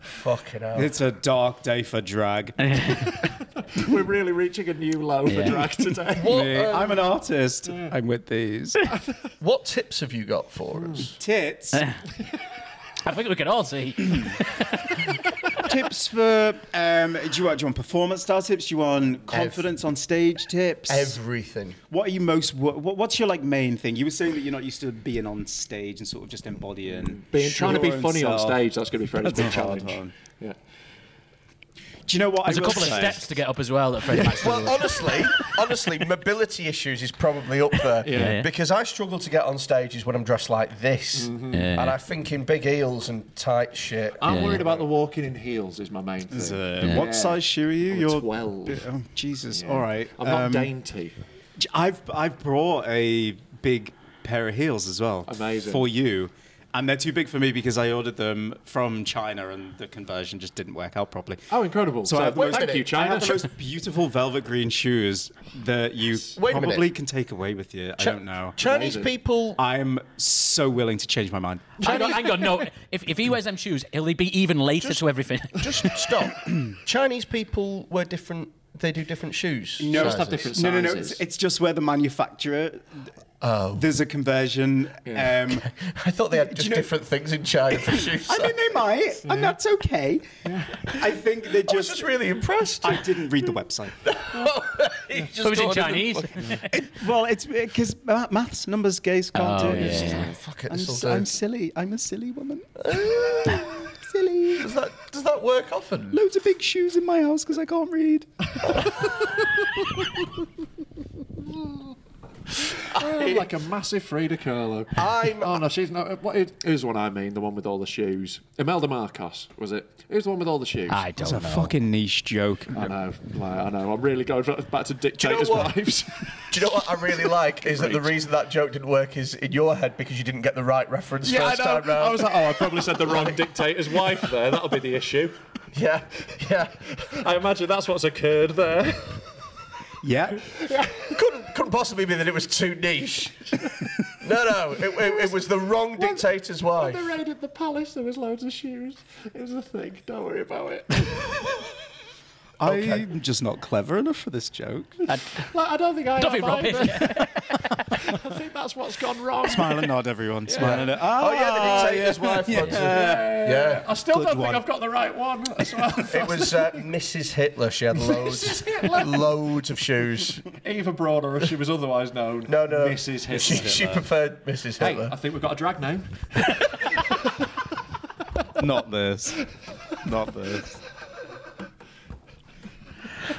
Speaker 5: Fucking hell.
Speaker 6: It's a dark day for drag.
Speaker 3: We're really reaching a new low for
Speaker 6: Yeah.
Speaker 3: drag today.
Speaker 6: Me,
Speaker 9: um,
Speaker 5: um,
Speaker 6: I'm an artist. I'm with these
Speaker 5: What tips have you got for us?
Speaker 6: tits.
Speaker 9: I think we could all see.
Speaker 6: tips for um, do you want do you want performance style tips? Do you want confidence on stage tips?
Speaker 3: Hmm.
Speaker 5: Everything.
Speaker 6: What are you most? What, what's your like main thing? You were saying that you're not used to being on stage and sort of just embodying.
Speaker 3: Being trying to be
Speaker 6: your own
Speaker 3: funny on
Speaker 6: self.
Speaker 3: stage, that's going to be Freddie's
Speaker 6: That's a
Speaker 3: big
Speaker 6: hard
Speaker 3: challenge.
Speaker 6: one.
Speaker 3: Yeah.
Speaker 6: Do you know what?
Speaker 9: There's
Speaker 6: I
Speaker 9: a
Speaker 6: will
Speaker 9: couple of
Speaker 6: say?
Speaker 9: steps to get up as well that Freddie might struggle
Speaker 5: Well,
Speaker 9: with.
Speaker 5: honestly, honestly, mobility issues is probably up there
Speaker 9: Yeah.
Speaker 5: because I struggle to get on stages when I'm dressed like this,
Speaker 9: Mm-hmm. Yeah.
Speaker 5: and I think in big heels and tight shit.
Speaker 3: I'm worried about the walking in heels is my main thing.
Speaker 6: Is, uh, What size shoe are you?
Speaker 3: I'm a
Speaker 6: you're
Speaker 3: 12.
Speaker 6: Oh, Jesus.
Speaker 3: Yeah.
Speaker 6: All right.
Speaker 3: I'm not
Speaker 6: Um,
Speaker 3: dainty.
Speaker 6: J- I've I've brought a big pair of heels as well.
Speaker 3: Amazing.
Speaker 6: for you. And they're too big for me because I ordered them from China and the conversion just didn't work out properly.
Speaker 3: Oh, incredible.
Speaker 6: So, I have the
Speaker 3: wait a
Speaker 6: most,
Speaker 3: minute. Thank you,
Speaker 6: I
Speaker 3: China.
Speaker 6: have the most beautiful velvet green shoes that you
Speaker 5: Wait a minute.
Speaker 6: probably can take away with you. I don't know.
Speaker 5: Chinese people.
Speaker 6: I'm so willing to change my mind.
Speaker 9: Hang on, hang on, no. If, if he wears them shoes, he'll be even later to everything.
Speaker 5: Just stop. Chinese people wear different. They do different shoes.
Speaker 6: No,
Speaker 3: Just have different
Speaker 6: no, no, no.
Speaker 3: sizes.
Speaker 6: It's, it's just where the manufacturer. Oh. There's a conversion. Um,
Speaker 5: I thought they had just
Speaker 6: you know-
Speaker 5: different things in China for shoes.
Speaker 6: I mean, they might, and that's okay. I think they just.
Speaker 5: I was just really impressed.
Speaker 6: I didn't read the website.
Speaker 5: He's just
Speaker 9: So is it
Speaker 5: ordered them.
Speaker 9: Chinese?
Speaker 6: well, it's because maths, numbers, gays can't
Speaker 9: Oh,
Speaker 6: do it. It's
Speaker 9: yeah.
Speaker 6: just-
Speaker 5: Fuck it,
Speaker 6: I'm,
Speaker 5: this'll
Speaker 6: s-
Speaker 5: do.
Speaker 6: I'm silly. I'm a silly woman.
Speaker 5: Silly. Does that does that work often?
Speaker 6: Loads of big shoes in my house because I can't read.
Speaker 3: Oh, like a massive Frida Kahlo.
Speaker 5: I'm-
Speaker 3: Oh no, she's not. What is, here's one I mean. The one with all the shoes. Imelda Marcos was it? Who's the one with all the shoes?
Speaker 9: I don't know.
Speaker 6: niche joke.
Speaker 3: I know. Like, I know. I'm really going for- back to
Speaker 5: you know
Speaker 3: dictators'
Speaker 5: what?
Speaker 3: wives.
Speaker 5: Do you know what I really like is that the reason that joke didn't work is in your head because you didn't get the right reference first time round.
Speaker 3: I was like, oh, I probably said the wrong dictator's wife there. That'll be the issue.
Speaker 5: yeah, yeah.
Speaker 3: I imagine that's what's occurred there.
Speaker 6: Yeah.
Speaker 5: couldn't couldn't possibly be that it was too niche. no, no, it, it, it was the wrong dictator's
Speaker 3: When
Speaker 5: wife.
Speaker 3: they raided the palace, there was loads of shoes. It was a thing. Don't worry about it.
Speaker 6: I'm just not clever enough for this joke.
Speaker 3: Like, I don't think I
Speaker 9: Don't be
Speaker 3: am
Speaker 9: rubbish.
Speaker 3: either. I think that's what's gone wrong.
Speaker 6: Smile and nod, everyone. Smile and nod.
Speaker 5: Oh yeah,
Speaker 6: Ah,
Speaker 5: the dictator's wife. Yeah. yeah.
Speaker 3: I still
Speaker 6: Good
Speaker 3: don't
Speaker 6: one.
Speaker 3: think I've got the right one as well.
Speaker 5: It was uh, Mrs. Hitler. She had loads,
Speaker 3: Hitler.
Speaker 5: loads of shoes.
Speaker 3: Eva Broader, as she was otherwise known.
Speaker 5: No, no,
Speaker 3: Mrs. Hitler.
Speaker 5: She, she preferred Mrs.
Speaker 3: Hey,
Speaker 5: Hitler.
Speaker 3: I think we've got a drag name.
Speaker 6: Not this. Not this.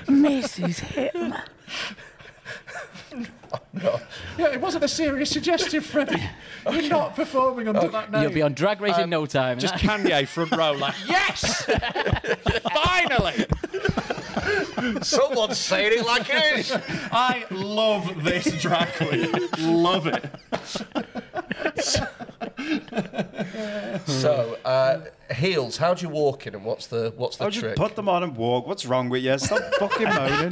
Speaker 9: Mrs. Hitler.
Speaker 5: God.
Speaker 3: Yeah, it wasn't a serious suggestion, Freddie. You're not performing under that name.
Speaker 9: You'll be on drag race in no time.
Speaker 3: Um, just
Speaker 11: Kanye front row, like
Speaker 3: Yes! Finally!
Speaker 5: Someone's saying it like it is.
Speaker 3: I love this drag queen. love it.
Speaker 5: So, uh, heels. How do you walk in, and what's the what's the
Speaker 6: I'll
Speaker 5: trick?
Speaker 6: just put them on and walk. What's wrong with you? Stop fucking moaning.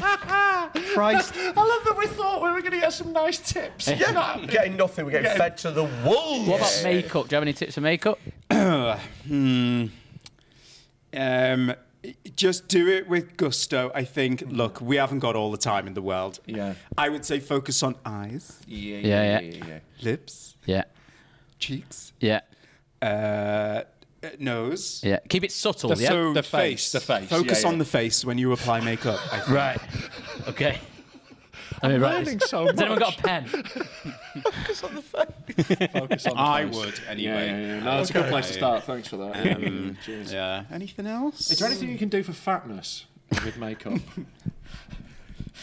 Speaker 6: Christ.
Speaker 3: I love that we thought we were going to get some nice tips.
Speaker 9: Yeah,
Speaker 3: Not-
Speaker 5: getting nothing. We're getting
Speaker 3: Getting-
Speaker 5: fed to the wolves.
Speaker 9: What about makeup? Do you have any tips for makeup?
Speaker 6: hmm. Um, just do it with gusto. I think.
Speaker 9: Mm-hmm.
Speaker 6: Look, we haven't got all the time in the world. Yeah. I would say focus on eyes. Yeah.
Speaker 9: yeah, yeah, yeah,
Speaker 6: Lips.
Speaker 9: Yeah.
Speaker 6: Cheeks.
Speaker 9: Yeah.
Speaker 6: Uh, nose.
Speaker 9: Yeah. Keep it subtle,
Speaker 6: The,
Speaker 9: yeah?
Speaker 6: so
Speaker 9: The face, the face.
Speaker 6: Focus
Speaker 9: Yeah,
Speaker 6: on
Speaker 9: yeah.
Speaker 6: the face when you apply makeup. I think.
Speaker 9: Right. Okay. I mean, right.
Speaker 3: learning so
Speaker 9: Has anyone got
Speaker 3: much.
Speaker 9: a pen?
Speaker 3: Focus on the face. Focus on the
Speaker 6: I
Speaker 3: face.
Speaker 6: would
Speaker 3: Yeah,
Speaker 6: anyway.
Speaker 3: yeah, yeah. No, that's a good place to start. Thanks for that. Yeah.
Speaker 6: Um,
Speaker 3: Cheers.
Speaker 6: yeah. Anything else?
Speaker 3: Is there anything you can do for fatness with makeup?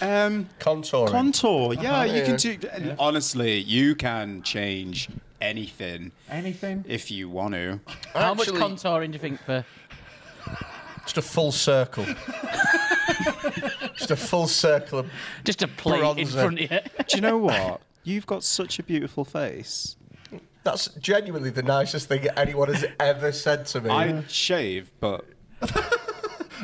Speaker 6: Um,
Speaker 5: Contouring.
Speaker 6: Contour. Yeah,
Speaker 3: Uh-huh.
Speaker 6: you can
Speaker 3: Yeah.
Speaker 6: do. Honestly, you can change anything
Speaker 3: Anything?
Speaker 6: if you want to.
Speaker 9: How much contouring do you think for?
Speaker 5: Just a full circle. just a full circle of
Speaker 9: just a plate in front of you.
Speaker 6: do you know what? You've got such a beautiful face.
Speaker 5: That's genuinely the nicest thing anyone has ever said to me.
Speaker 6: I shave, but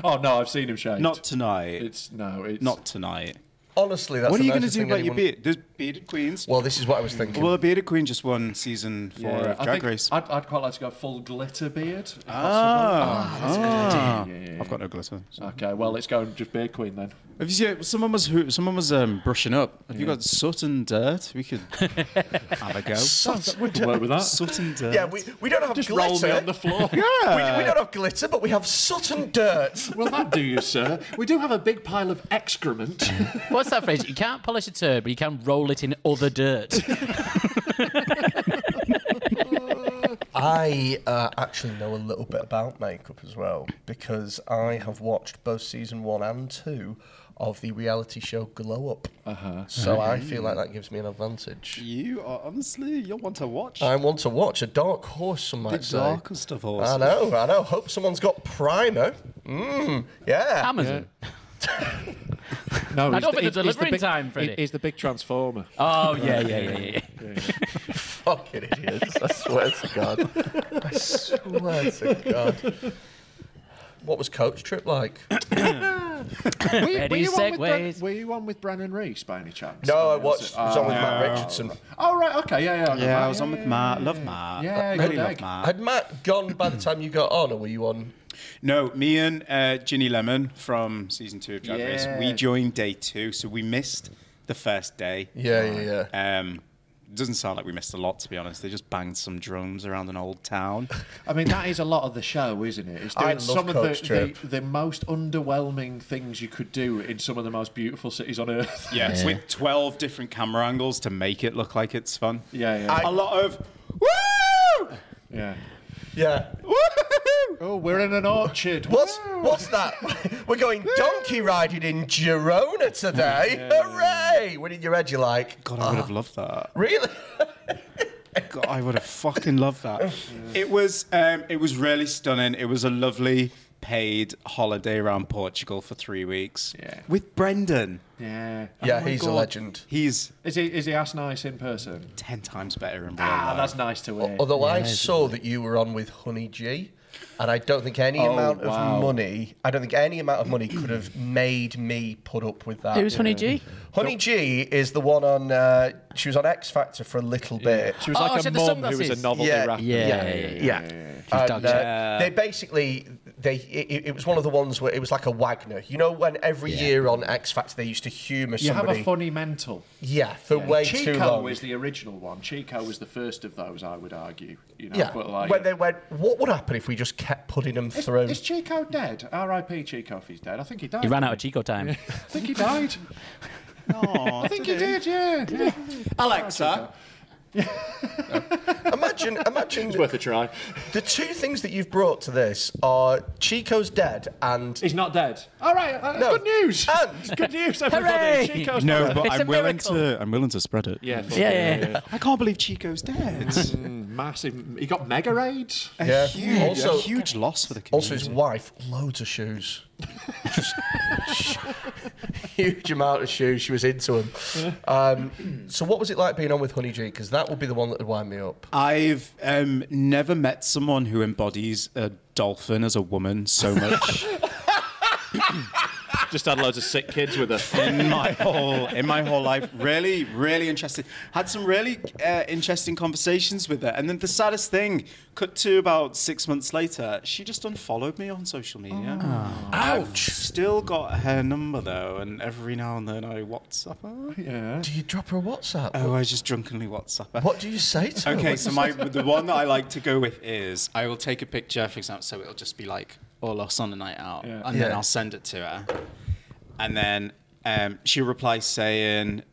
Speaker 3: oh no, I've seen him shave.
Speaker 6: Not tonight.
Speaker 3: It's no. It's
Speaker 6: not tonight.
Speaker 5: Honestly, that's
Speaker 6: what are
Speaker 5: the
Speaker 6: you going to
Speaker 5: nicest
Speaker 6: do
Speaker 5: thing
Speaker 6: about
Speaker 5: anyone-
Speaker 6: your beard? There's bearded queens.
Speaker 5: Well, this is what I was thinking.
Speaker 6: Well, the bearded queen just won season four
Speaker 3: Yeah,
Speaker 6: of
Speaker 3: I
Speaker 6: Drag
Speaker 3: think
Speaker 6: Race.
Speaker 3: I'd, I'd quite like to go full glitter beard. if
Speaker 6: Ah,
Speaker 3: possible.
Speaker 6: ah.
Speaker 3: Yeah, yeah, yeah.
Speaker 6: I've got no glitter.
Speaker 3: Okay, well, let's go just beard queen then.
Speaker 6: Have you seen, someone was who- someone was um, brushing up. Have you got soot and dirt? We could have a go.
Speaker 5: Soot-
Speaker 3: We can work with that.
Speaker 6: Soot and dirt.
Speaker 5: Yeah, we, we don't have
Speaker 3: Just
Speaker 5: glitter.
Speaker 3: roll me on the floor.
Speaker 5: yeah. we, we don't have glitter, but we have soot and dirt.
Speaker 3: Will that do you, sir? We do have a big pile of excrement.
Speaker 9: What's that phrase? You can't polish a turd, but you can roll it in other dirt.
Speaker 5: I uh, actually know a little bit about makeup as well because I have watched both season one and two of the reality show Glow Up. Uh-huh. So I feel like that gives me an advantage.
Speaker 6: You are honestly, you'll want to watch.
Speaker 5: I want to watch a dark horse, some might say.
Speaker 6: darkest of horses.
Speaker 5: I know, I know. Hope someone's got primer. Mmm, yeah.
Speaker 9: Amazon.
Speaker 3: No,
Speaker 9: I don't
Speaker 3: he's
Speaker 9: think the
Speaker 3: he's
Speaker 9: delivery
Speaker 3: big,
Speaker 9: time,
Speaker 3: he-
Speaker 9: Freddie.
Speaker 3: He's the big transformer.
Speaker 9: Oh yeah, yeah, yeah, yeah.
Speaker 5: Fucking idiots. I swear to God. I swear to God. What was coach trip like?
Speaker 3: Were you,
Speaker 9: Ready,
Speaker 3: were, you on with Bren-
Speaker 9: segues.
Speaker 3: were you on with Brennan Reese by any chance?
Speaker 5: No, I
Speaker 3: Was
Speaker 5: watched.
Speaker 3: it- uh,
Speaker 5: It was on with Matt
Speaker 6: no.
Speaker 5: Richardson.
Speaker 3: Oh, right, okay, yeah, yeah.
Speaker 6: Yeah, I was
Speaker 3: yeah,
Speaker 6: on with Matt. Love Matt.
Speaker 3: Yeah,
Speaker 6: really
Speaker 3: good egg.
Speaker 6: love Matt.
Speaker 5: Had Matt gone by the time you got on, or were you on?
Speaker 6: No, me and uh, Ginny Lemon from season two of Drag Race, we
Speaker 3: Yeah.
Speaker 6: joined day two, so we missed the first day.
Speaker 5: Yeah, yeah, yeah.
Speaker 6: Um, doesn't sound like we missed a lot, to be honest. They just banged some drums around an old town.
Speaker 3: I mean, that is a lot of the show, isn't it? It's
Speaker 5: I
Speaker 3: doing
Speaker 5: love
Speaker 3: some
Speaker 5: Coach
Speaker 3: of the,
Speaker 5: Trip.
Speaker 3: the, the most underwhelming things you could do in some of the most beautiful cities on earth.
Speaker 6: Yeah, with 12 different camera angles to make it look like it's fun.
Speaker 3: Yeah, yeah.
Speaker 6: A lot of, woo!
Speaker 3: yeah.
Speaker 5: Yeah.
Speaker 6: Woo!
Speaker 3: Oh, we're in an orchard.
Speaker 5: What's what's that? We're going donkey riding in Girona today. Hooray! When in your head, you're like,
Speaker 6: God, I would have loved that.
Speaker 5: really?
Speaker 6: God, I would have fucking loved that. It was um, it was really stunning. It was a lovely paid holiday around Portugal for three weeks.
Speaker 3: Yeah.
Speaker 6: With Brendan. Oh
Speaker 3: Yeah.
Speaker 5: yeah,
Speaker 6: my
Speaker 5: he's a
Speaker 6: God.
Speaker 5: legend.
Speaker 6: He's
Speaker 3: Is he is he ass nice in person?
Speaker 6: ten times better in real
Speaker 3: Ah,
Speaker 6: life.
Speaker 3: that's nice to hear.
Speaker 5: Although I saw that you were on with Honey G, and I don't think any
Speaker 3: Oh,
Speaker 5: amount
Speaker 3: wow.
Speaker 5: of money, I don't think any amount of money could have made me put up with that.
Speaker 9: Who's Honey G?
Speaker 5: Honey G is the one on. Uh, she was on X Factor for a little bit.
Speaker 3: She was
Speaker 9: Oh,
Speaker 3: like
Speaker 9: she
Speaker 3: a
Speaker 9: had the
Speaker 3: mum who was a
Speaker 9: sunglasses.
Speaker 3: novelty
Speaker 5: Yeah,
Speaker 3: rapper.
Speaker 9: Yeah, yeah, yeah,
Speaker 5: yeah. And, uh, they basically they it, it was one of the ones where it was like a Wagner. You know when every year on X Factor they used to humour
Speaker 3: You have
Speaker 5: somebody.
Speaker 3: a funny mental.
Speaker 5: yeah, for way
Speaker 3: Chico
Speaker 5: too long.
Speaker 3: was the original one. Chico was the first of those, I would argue. You know,
Speaker 5: yeah,
Speaker 3: but like,
Speaker 5: when they went, what would happen if we just kept putting them
Speaker 3: is,
Speaker 5: through?
Speaker 3: is Chico dead? R.I.P. Chico. If he's dead, I think he died.
Speaker 9: He ran out of Chico time.
Speaker 3: I think he died. I think he did. Yeah. yeah.
Speaker 6: Alexa.
Speaker 5: Imagine imagine, imagine. It's
Speaker 3: worth a try.
Speaker 5: The two things that you've brought to this are Chico's dead and
Speaker 3: he's not dead. All right, uh, good news. good news, everybody.
Speaker 5: Hooray!
Speaker 3: Chico's
Speaker 6: No,
Speaker 3: not
Speaker 6: but
Speaker 3: dead.
Speaker 6: I'm willing to. I'm willing to spread it.
Speaker 3: Yeah, fuck
Speaker 6: I can't believe Chico's dead.
Speaker 3: Mm, massive. He got mega raid.
Speaker 6: A huge, a huge loss for the community.
Speaker 5: Also, his wife, loads of shoes. Just huge amount of shoes. She was into them. Um, so, what was it like being on with Honey G? Because that would be the one that would wind me up.
Speaker 6: I've um, never met someone who embodies a dolphin as a woman so much
Speaker 3: Just had loads of sick kids with us.
Speaker 6: in my whole in my whole life. Really, really interesting. Had some really uh, interesting conversations with her, and then the saddest thing, cut to about six months later, she just unfollowed me on social media. Ah. Ouch! still got her number though, and every now and then I WhatsApp her. Yeah.
Speaker 5: Do you drop her a WhatsApp?
Speaker 6: Oh, I just drunkenly WhatsApp her.
Speaker 5: What do you say to her?
Speaker 6: Okay,
Speaker 5: What
Speaker 6: so
Speaker 5: do
Speaker 6: my
Speaker 5: you say to
Speaker 6: the
Speaker 5: her?
Speaker 6: one that I like to go with is I will take a picture, for example, so it'll just be like all us on a night out,
Speaker 3: Yeah.
Speaker 6: and then
Speaker 3: Yeah.
Speaker 6: I'll send it to her, and then um, she replies saying,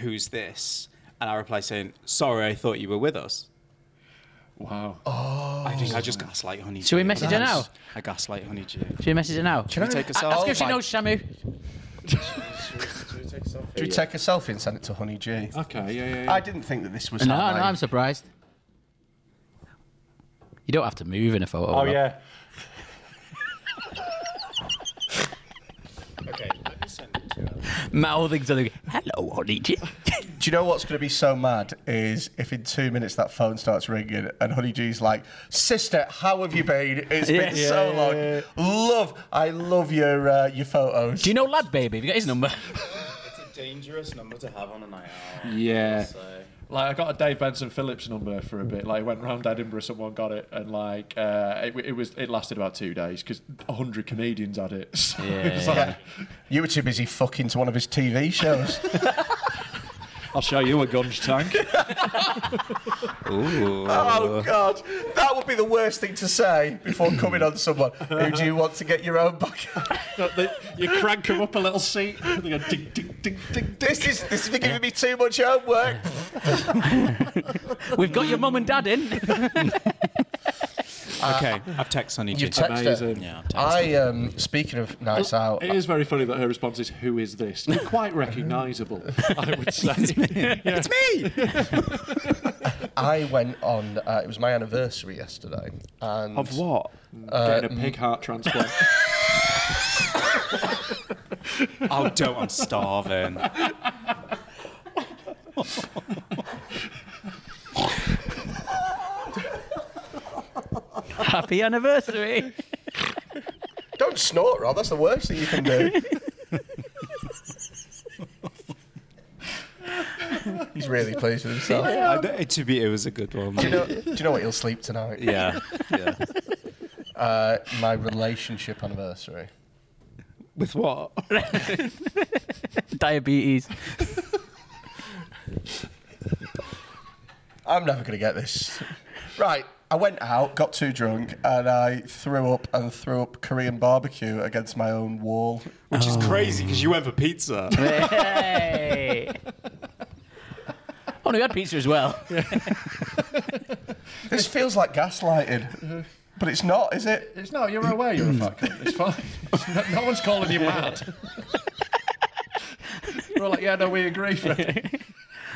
Speaker 6: "Who's this?" and I reply saying, "Sorry, I thought you were with us."
Speaker 3: Wow.
Speaker 6: Oh. I just, I just gaslight Honey.
Speaker 9: Should we
Speaker 6: G.
Speaker 9: message her now?
Speaker 6: I gaslight Honey G.
Speaker 9: Should we message her now?
Speaker 6: Can we take a
Speaker 9: A- Ask
Speaker 6: selfie?
Speaker 9: if she knows Shamu.
Speaker 5: Do we take a selfie and send it to Honey G?
Speaker 3: Okay, yeah, yeah.
Speaker 5: I didn't think that this was.
Speaker 9: No, no,
Speaker 5: how my-
Speaker 9: I'm surprised. You don't have to move in a photo.
Speaker 5: Oh,
Speaker 9: Rob.
Speaker 5: yeah.
Speaker 6: Okay, let me send it to her.
Speaker 9: Mouthing something. Hello, honey. Do
Speaker 5: you know what's going to be so mad is if in two minutes that phone starts ringing and Honey G's like, "Sister, how have you been? It's been
Speaker 9: Yeah.
Speaker 5: so
Speaker 9: Yeah,
Speaker 5: long. Love, I love your uh, your photos." Do
Speaker 9: you know Lad Baby? Have you got his number?
Speaker 6: It's a dangerous number to have on a night out.
Speaker 3: Yeah.
Speaker 6: So-
Speaker 3: Like I got a Dave Benson Phillips number for a bit. Like went round Edinburgh, someone got it, and like uh, it, it was it lasted about two days because hundred comedians had it. So it's like,
Speaker 5: Yeah. You were too busy fucking to one of his TV shows.
Speaker 3: I'll show you a gunge tank.
Speaker 6: Ooh.
Speaker 5: Oh God, that would be the worst thing to say before coming on someone. Who do you want to get your own back?
Speaker 3: you crank him up a little seat. They go ding ding ding ding.
Speaker 5: This is this is giving me too much homework.
Speaker 9: We've got your mum and dad in.
Speaker 6: Okay, I've texted Honey G.
Speaker 5: You texted.
Speaker 6: Yeah,
Speaker 5: her.
Speaker 6: I've
Speaker 9: Ah,
Speaker 5: I um, speaking of nights out.
Speaker 3: It is very funny that her response is, "Who is this?" You're quite recognisable, I would say.
Speaker 6: It's me.
Speaker 5: I went on. Uh, it was my anniversary yesterday. And
Speaker 6: Of what?
Speaker 5: Uh,
Speaker 3: Getting a
Speaker 5: mm.
Speaker 3: pig heart transplant.
Speaker 6: Oh, don't! I'm starving.
Speaker 9: Happy anniversary.
Speaker 5: Don't snort, Rob. That's the worst thing you can do. He's really pleased with himself.
Speaker 6: I know- it, to be, it was a good one.
Speaker 5: Do you know? Do you know what? He'll sleep tonight.
Speaker 6: Yeah, yeah.
Speaker 5: Uh, my relationship anniversary.
Speaker 6: With what?
Speaker 9: Diabetes.
Speaker 5: I'm never going to get this. Right. I went out, got too drunk, and I threw up and threw up Korean barbecue against my own wall.
Speaker 6: Which is crazy because you went for pizza.
Speaker 9: Hey. oh, no, we had pizza as well.
Speaker 5: This feels like gaslighting, but Mm-hmm. it's not, is it?
Speaker 3: it's no, you're aware you're a fucker. It's fine. No, no one's calling you mad. We're all like, yeah, no, we agree. Fred.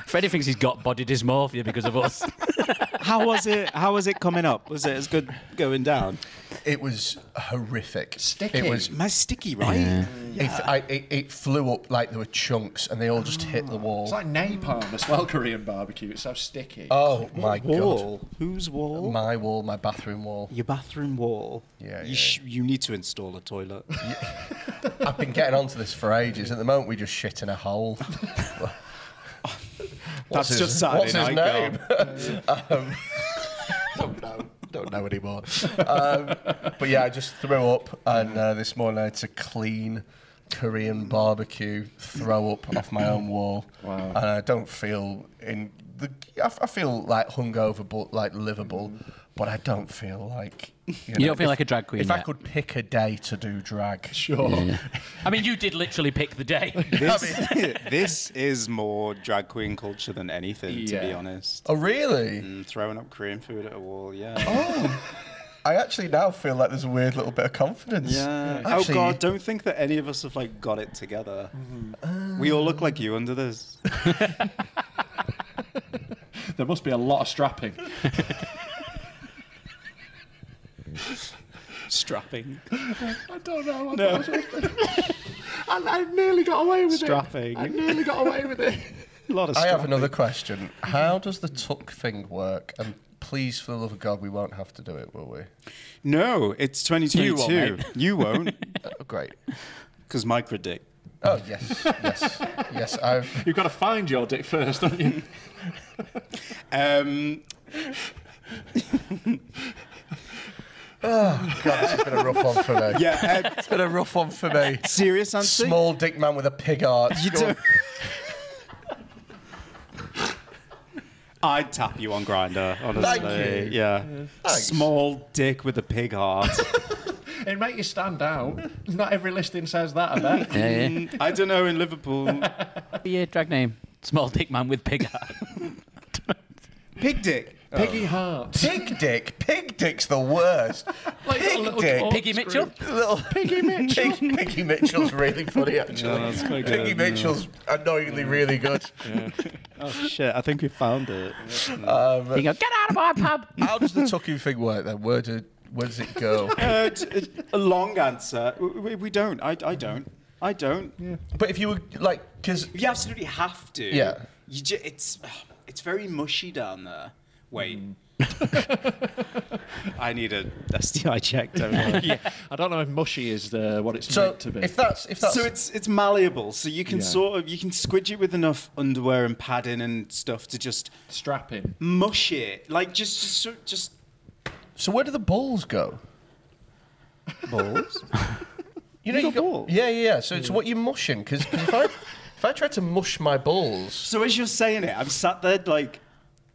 Speaker 9: Freddie thinks he's got body dysmorphia because of us.
Speaker 6: How was it? How was it coming up? Was it as good going down?
Speaker 5: It was horrific. It was.
Speaker 6: my sticky, right?
Speaker 5: It, I, it, it flew up like there were chunks, and they all just hit the wall.
Speaker 3: It's like napalm as well, Korean barbecue. It's so sticky.
Speaker 5: oh my
Speaker 6: wall? Whose wall?
Speaker 5: god! My wall, my bathroom wall.
Speaker 6: Your bathroom wall.
Speaker 5: Yeah,
Speaker 6: You,
Speaker 5: yeah.
Speaker 6: Sh- you need to install a toilet.
Speaker 5: I've been getting onto this for ages. At the moment, we just shit in a hole.
Speaker 6: That's
Speaker 5: his-
Speaker 6: just Saturday
Speaker 5: what's his
Speaker 6: night. girl.
Speaker 5: name? um, don't know. Don't know anymore. Um, but yeah, I just threw up, and uh, this morning I had to clean Korean barbecue throw up off my own wall. Wow. And I don't feel in the. I, f- I feel like hungover, but like livable. But I don't feel like.
Speaker 9: You don't feel like a drag queen
Speaker 5: If I
Speaker 9: yet.
Speaker 5: could pick a day to do drag,
Speaker 3: sure.
Speaker 9: I mean, you did literally pick the day.
Speaker 6: This, this is more drag queen culture than anything, to be
Speaker 5: Yeah.
Speaker 6: honest.
Speaker 5: Oh, really?
Speaker 6: Mm, throwing up Korean food at a wall, yeah.
Speaker 5: I actually now feel like there's a weird little bit of confidence.
Speaker 6: Yeah.
Speaker 5: Actually,
Speaker 6: oh god, don't think that any of us have like got it together. we all look like you under this.
Speaker 3: There must be a lot of strapping.
Speaker 6: Strapping.
Speaker 3: I don't know. I,
Speaker 6: No.
Speaker 3: thought I was- I- I nearly got away with
Speaker 6: Strapping.
Speaker 3: it. I nearly got away with it.
Speaker 6: A lot of
Speaker 5: I have
Speaker 6: strapping.
Speaker 5: another question. How does the tuck thing work? And please, for the love of God, we won't have to do it, will we?
Speaker 6: No, it's 2022.
Speaker 5: You won't, mate.
Speaker 6: You won't.
Speaker 5: oh, great.
Speaker 6: Because micro dick.
Speaker 5: Oh yes, yes, yes. I've
Speaker 3: You've got to find your dick first, don't you?
Speaker 6: Um,
Speaker 5: Oh God, this has been a rough one for me.
Speaker 6: Yeah, uh,
Speaker 5: it's been a rough one for me.
Speaker 6: Serious answer?
Speaker 5: Small dick man with a pig heart.
Speaker 6: You
Speaker 5: Go on.
Speaker 6: do. I'd tap you on grinder, honestly.
Speaker 3: Thank you.
Speaker 6: Yeah.
Speaker 3: Thanks.
Speaker 6: Small dick with a pig heart.
Speaker 3: It'd make you stand out. Not every listing says that, I bet.
Speaker 6: Mm, I don't know in Liverpool.
Speaker 9: Your drag name, small dick man with pig heart.
Speaker 6: Pig dick.
Speaker 3: Piggy heart.
Speaker 5: Pig dick. Pig dick's the worst.
Speaker 3: Like a
Speaker 5: pig
Speaker 3: little
Speaker 5: dick.
Speaker 9: Piggy Mitchell.
Speaker 5: Little Piggy Mitchell. Piggy Mitchell's really funny, actually.
Speaker 6: No, that's quite
Speaker 5: Piggy
Speaker 6: good,
Speaker 5: Mitchell's annoyingly really good.
Speaker 6: Oh, shit. I think we found it.
Speaker 5: Um,
Speaker 9: You go, get out of my pub.
Speaker 5: How does the tucking thing work then? Where, do, where does it go?
Speaker 6: Uh, t- a long answer. We, we- we don't. I, I don't. I don't.
Speaker 5: But if you were like, because
Speaker 6: You absolutely have to.
Speaker 5: Yeah.
Speaker 6: You ju- it's it's very mushy down there. Wait. I need a STI check. Don't I?
Speaker 3: I don't know if mushy is the, what it's
Speaker 5: so
Speaker 3: meant to be.
Speaker 5: if that's if that's
Speaker 6: So it's it's malleable. So you can
Speaker 3: Yeah.
Speaker 6: sort of you can squidge it with enough underwear and padding and stuff to just
Speaker 3: strapping.
Speaker 6: mush it. Like just just sort- just
Speaker 5: so where do the balls go?
Speaker 6: balls.
Speaker 5: You know,
Speaker 6: You
Speaker 5: you
Speaker 6: got
Speaker 5: got-
Speaker 6: balls.
Speaker 5: yeah, yeah, yeah. So it's what you're mushing. Because if I if I try to mush my balls,
Speaker 6: so as you're saying it, I'm sat there like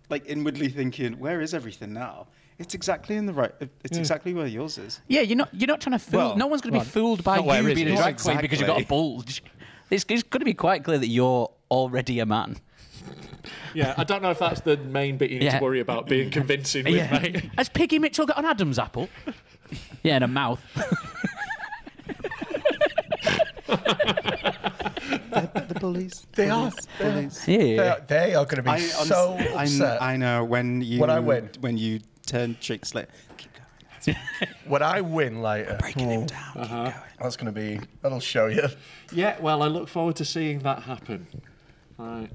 Speaker 6: like inwardly thinking, where is everything now? It's exactly in the right. It's exactly where yours is.
Speaker 9: Yeah, you're not. You're not trying to fool.
Speaker 6: Well,
Speaker 9: no one's going to be
Speaker 6: well,
Speaker 9: fooled by
Speaker 6: not where
Speaker 9: you
Speaker 6: it
Speaker 9: being
Speaker 6: is.
Speaker 9: a drag queen because you've got a
Speaker 6: Exactly.
Speaker 9: bulge. It's, it's going to be quite clear that you're already a man.
Speaker 3: Yeah, I don't know if that's the main bit you need
Speaker 9: Yeah.
Speaker 3: to worry about being convincing with, mate.
Speaker 9: Has Piggy Mitchell got an Adam's apple? yeah, and a mouth.
Speaker 6: The bullies.
Speaker 5: they are
Speaker 9: Yeah.
Speaker 5: they are, they are going to be
Speaker 6: I, honest-
Speaker 5: so
Speaker 6: I, kn-
Speaker 5: upset.
Speaker 6: I know when you
Speaker 5: When I win.
Speaker 6: when you turn tricks like keep going,
Speaker 5: when I win later,
Speaker 6: breaking
Speaker 5: oh,
Speaker 6: him down, keep going.
Speaker 5: that's going to be that'll show you.
Speaker 3: Yeah, well, I look forward to seeing that happen. Right.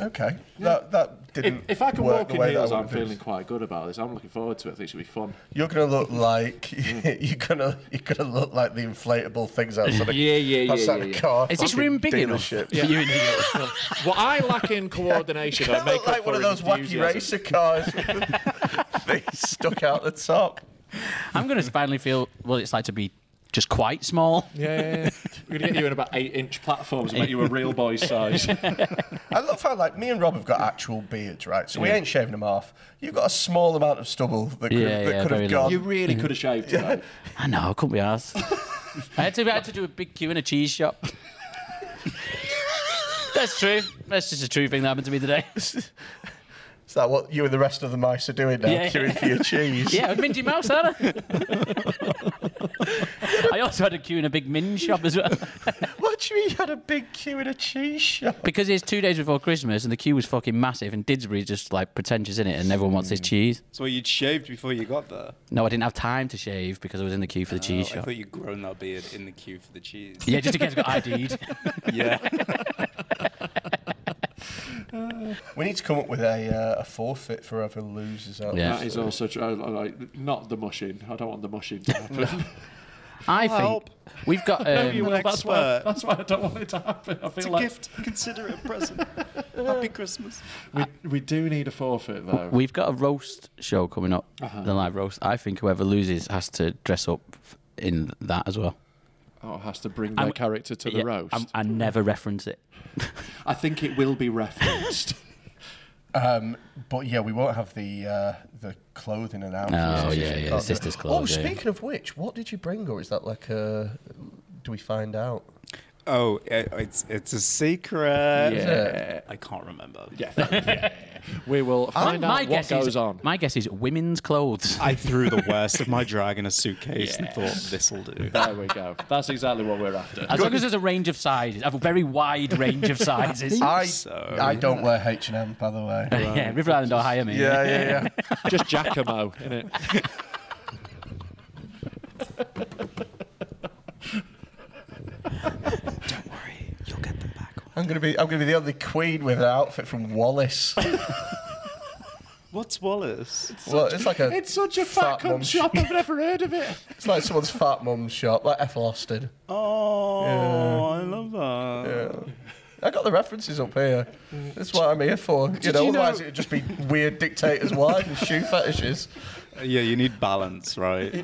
Speaker 5: Okay, that that
Speaker 3: If,
Speaker 5: didn't.
Speaker 3: if I can
Speaker 5: work
Speaker 3: walk
Speaker 5: the
Speaker 3: in
Speaker 5: way that I
Speaker 3: heels, I'm
Speaker 5: wanted it.
Speaker 3: feeling quite good about this. I'm looking forward to it. I think it's going to be fun.
Speaker 5: You're going to look like you're going to you're going to look like the inflatable things outside. a-
Speaker 3: Yeah, yeah,
Speaker 5: outside
Speaker 3: yeah,
Speaker 5: a
Speaker 3: yeah.
Speaker 5: car.
Speaker 9: Is this
Speaker 5: fucking
Speaker 9: room big enough
Speaker 5: dealership.
Speaker 9: for you in here?
Speaker 3: What I lack in coordination, I
Speaker 5: I
Speaker 3: make
Speaker 5: look
Speaker 3: up
Speaker 5: like one
Speaker 3: for
Speaker 5: of
Speaker 3: in
Speaker 5: those wacky
Speaker 3: enthusiasm.
Speaker 5: racer cars. with the- they stuck out the top.
Speaker 9: I'm going to finally feel what it's like to be just quite small.
Speaker 3: Yeah, yeah, yeah. We're going to get you in about eight-inch platforms and make you a real boy size.
Speaker 5: I love how like me and Rob have got actual beards, right? So we ain't shaving them off. You've got a small amount of stubble that could,
Speaker 9: Yeah,
Speaker 5: that
Speaker 9: yeah,
Speaker 5: could
Speaker 9: very
Speaker 5: have gone.
Speaker 3: you really could have shaved today.
Speaker 9: I know, I couldn't be arsed. I, had to, I had to do a big queue in a cheese shop. That's true. That's just a true thing that happened to me today.
Speaker 5: Is that what you and the rest of the mice are doing now?
Speaker 9: Yeah.
Speaker 5: Queuing for your cheese.
Speaker 9: Yeah, with Minty Mouse, aren't I? I also had a queue in a big min shop as well.
Speaker 5: What do you mean you had a big queue in a cheese shop?
Speaker 9: Because it's two days before Christmas and the queue was fucking massive and Didsbury's just like pretentious in it and everyone wants this cheese.
Speaker 6: So you'd shaved before you got there.
Speaker 9: No, I didn't have time to shave because I was in the queue for the
Speaker 6: Oh, I
Speaker 9: cheese shop.
Speaker 6: thought you'd grown that beard in the queue for the cheese.
Speaker 9: Yeah, just in case I got ID'd.
Speaker 6: yeah.
Speaker 5: We need to come up with a, uh, a forfeit for whoever loses out.
Speaker 9: Yeah.
Speaker 3: That is also true. I- I like- Not the mushing. I don't want the mushing to happen.
Speaker 9: I think
Speaker 6: Help.
Speaker 9: we've got. Um,
Speaker 3: You will, that's, why,
Speaker 6: expert.
Speaker 3: that's why I don't want it to happen. I feel
Speaker 6: It's a
Speaker 3: like
Speaker 6: gift. Consider it a present. Happy Christmas.
Speaker 3: We, we do need a forfeit, though.
Speaker 9: We've got a roast show coming
Speaker 6: Uh-huh.
Speaker 9: up, the live roast. I think whoever loses has to dress up f- in that as well.
Speaker 3: Oh, it has to bring their
Speaker 9: I'm-
Speaker 3: character to the
Speaker 9: yeah,
Speaker 3: roast.
Speaker 9: I'm- I never reference it.
Speaker 3: I think it will be referenced.
Speaker 5: Um, but yeah, we won't have the uh, the clothing and outfits.
Speaker 9: Oh,
Speaker 5: It's
Speaker 9: yeah,
Speaker 5: just-
Speaker 9: yeah, the
Speaker 5: oh,
Speaker 9: sister's
Speaker 5: Oh,
Speaker 9: clothes, yeah.
Speaker 5: speaking of which, what did you bring, or is that like a? Do we find out?
Speaker 6: Oh, it, it's it's a secret.
Speaker 3: Uh,
Speaker 5: Is it?
Speaker 6: I can't remember.
Speaker 3: Yeah, we will
Speaker 9: My- my guess is- My guess is women's clothes.
Speaker 6: I threw the worst of my drag in a suitcase and thought this will do.
Speaker 3: There we go. That's exactly what we're after.
Speaker 9: As long as there's a range of sizes, a very wide range of sizes.
Speaker 5: I I don't wear H and M, by the way.
Speaker 9: yeah, River Island or hire me.
Speaker 5: Yeah, yeah, yeah.
Speaker 3: Just Giacomo, innit?
Speaker 9: Oh,
Speaker 5: I'm gonna be I'm gonna be the only queen with an outfit from Wallace.
Speaker 6: What's Wallace?
Speaker 5: well, it's like a
Speaker 3: It's such a fat,
Speaker 5: mum
Speaker 3: cunt shop. I've never heard of it.
Speaker 5: It's like someone's fat mum shop, like Ethel Austin.
Speaker 6: Oh,
Speaker 5: Yeah.
Speaker 6: I love that.
Speaker 5: I got the references up here. That's what I'm here for. You know,
Speaker 6: you know-
Speaker 5: otherwise it'd just be weird dictators' wives and shoe fetishes.
Speaker 6: Yeah. you need balance, right?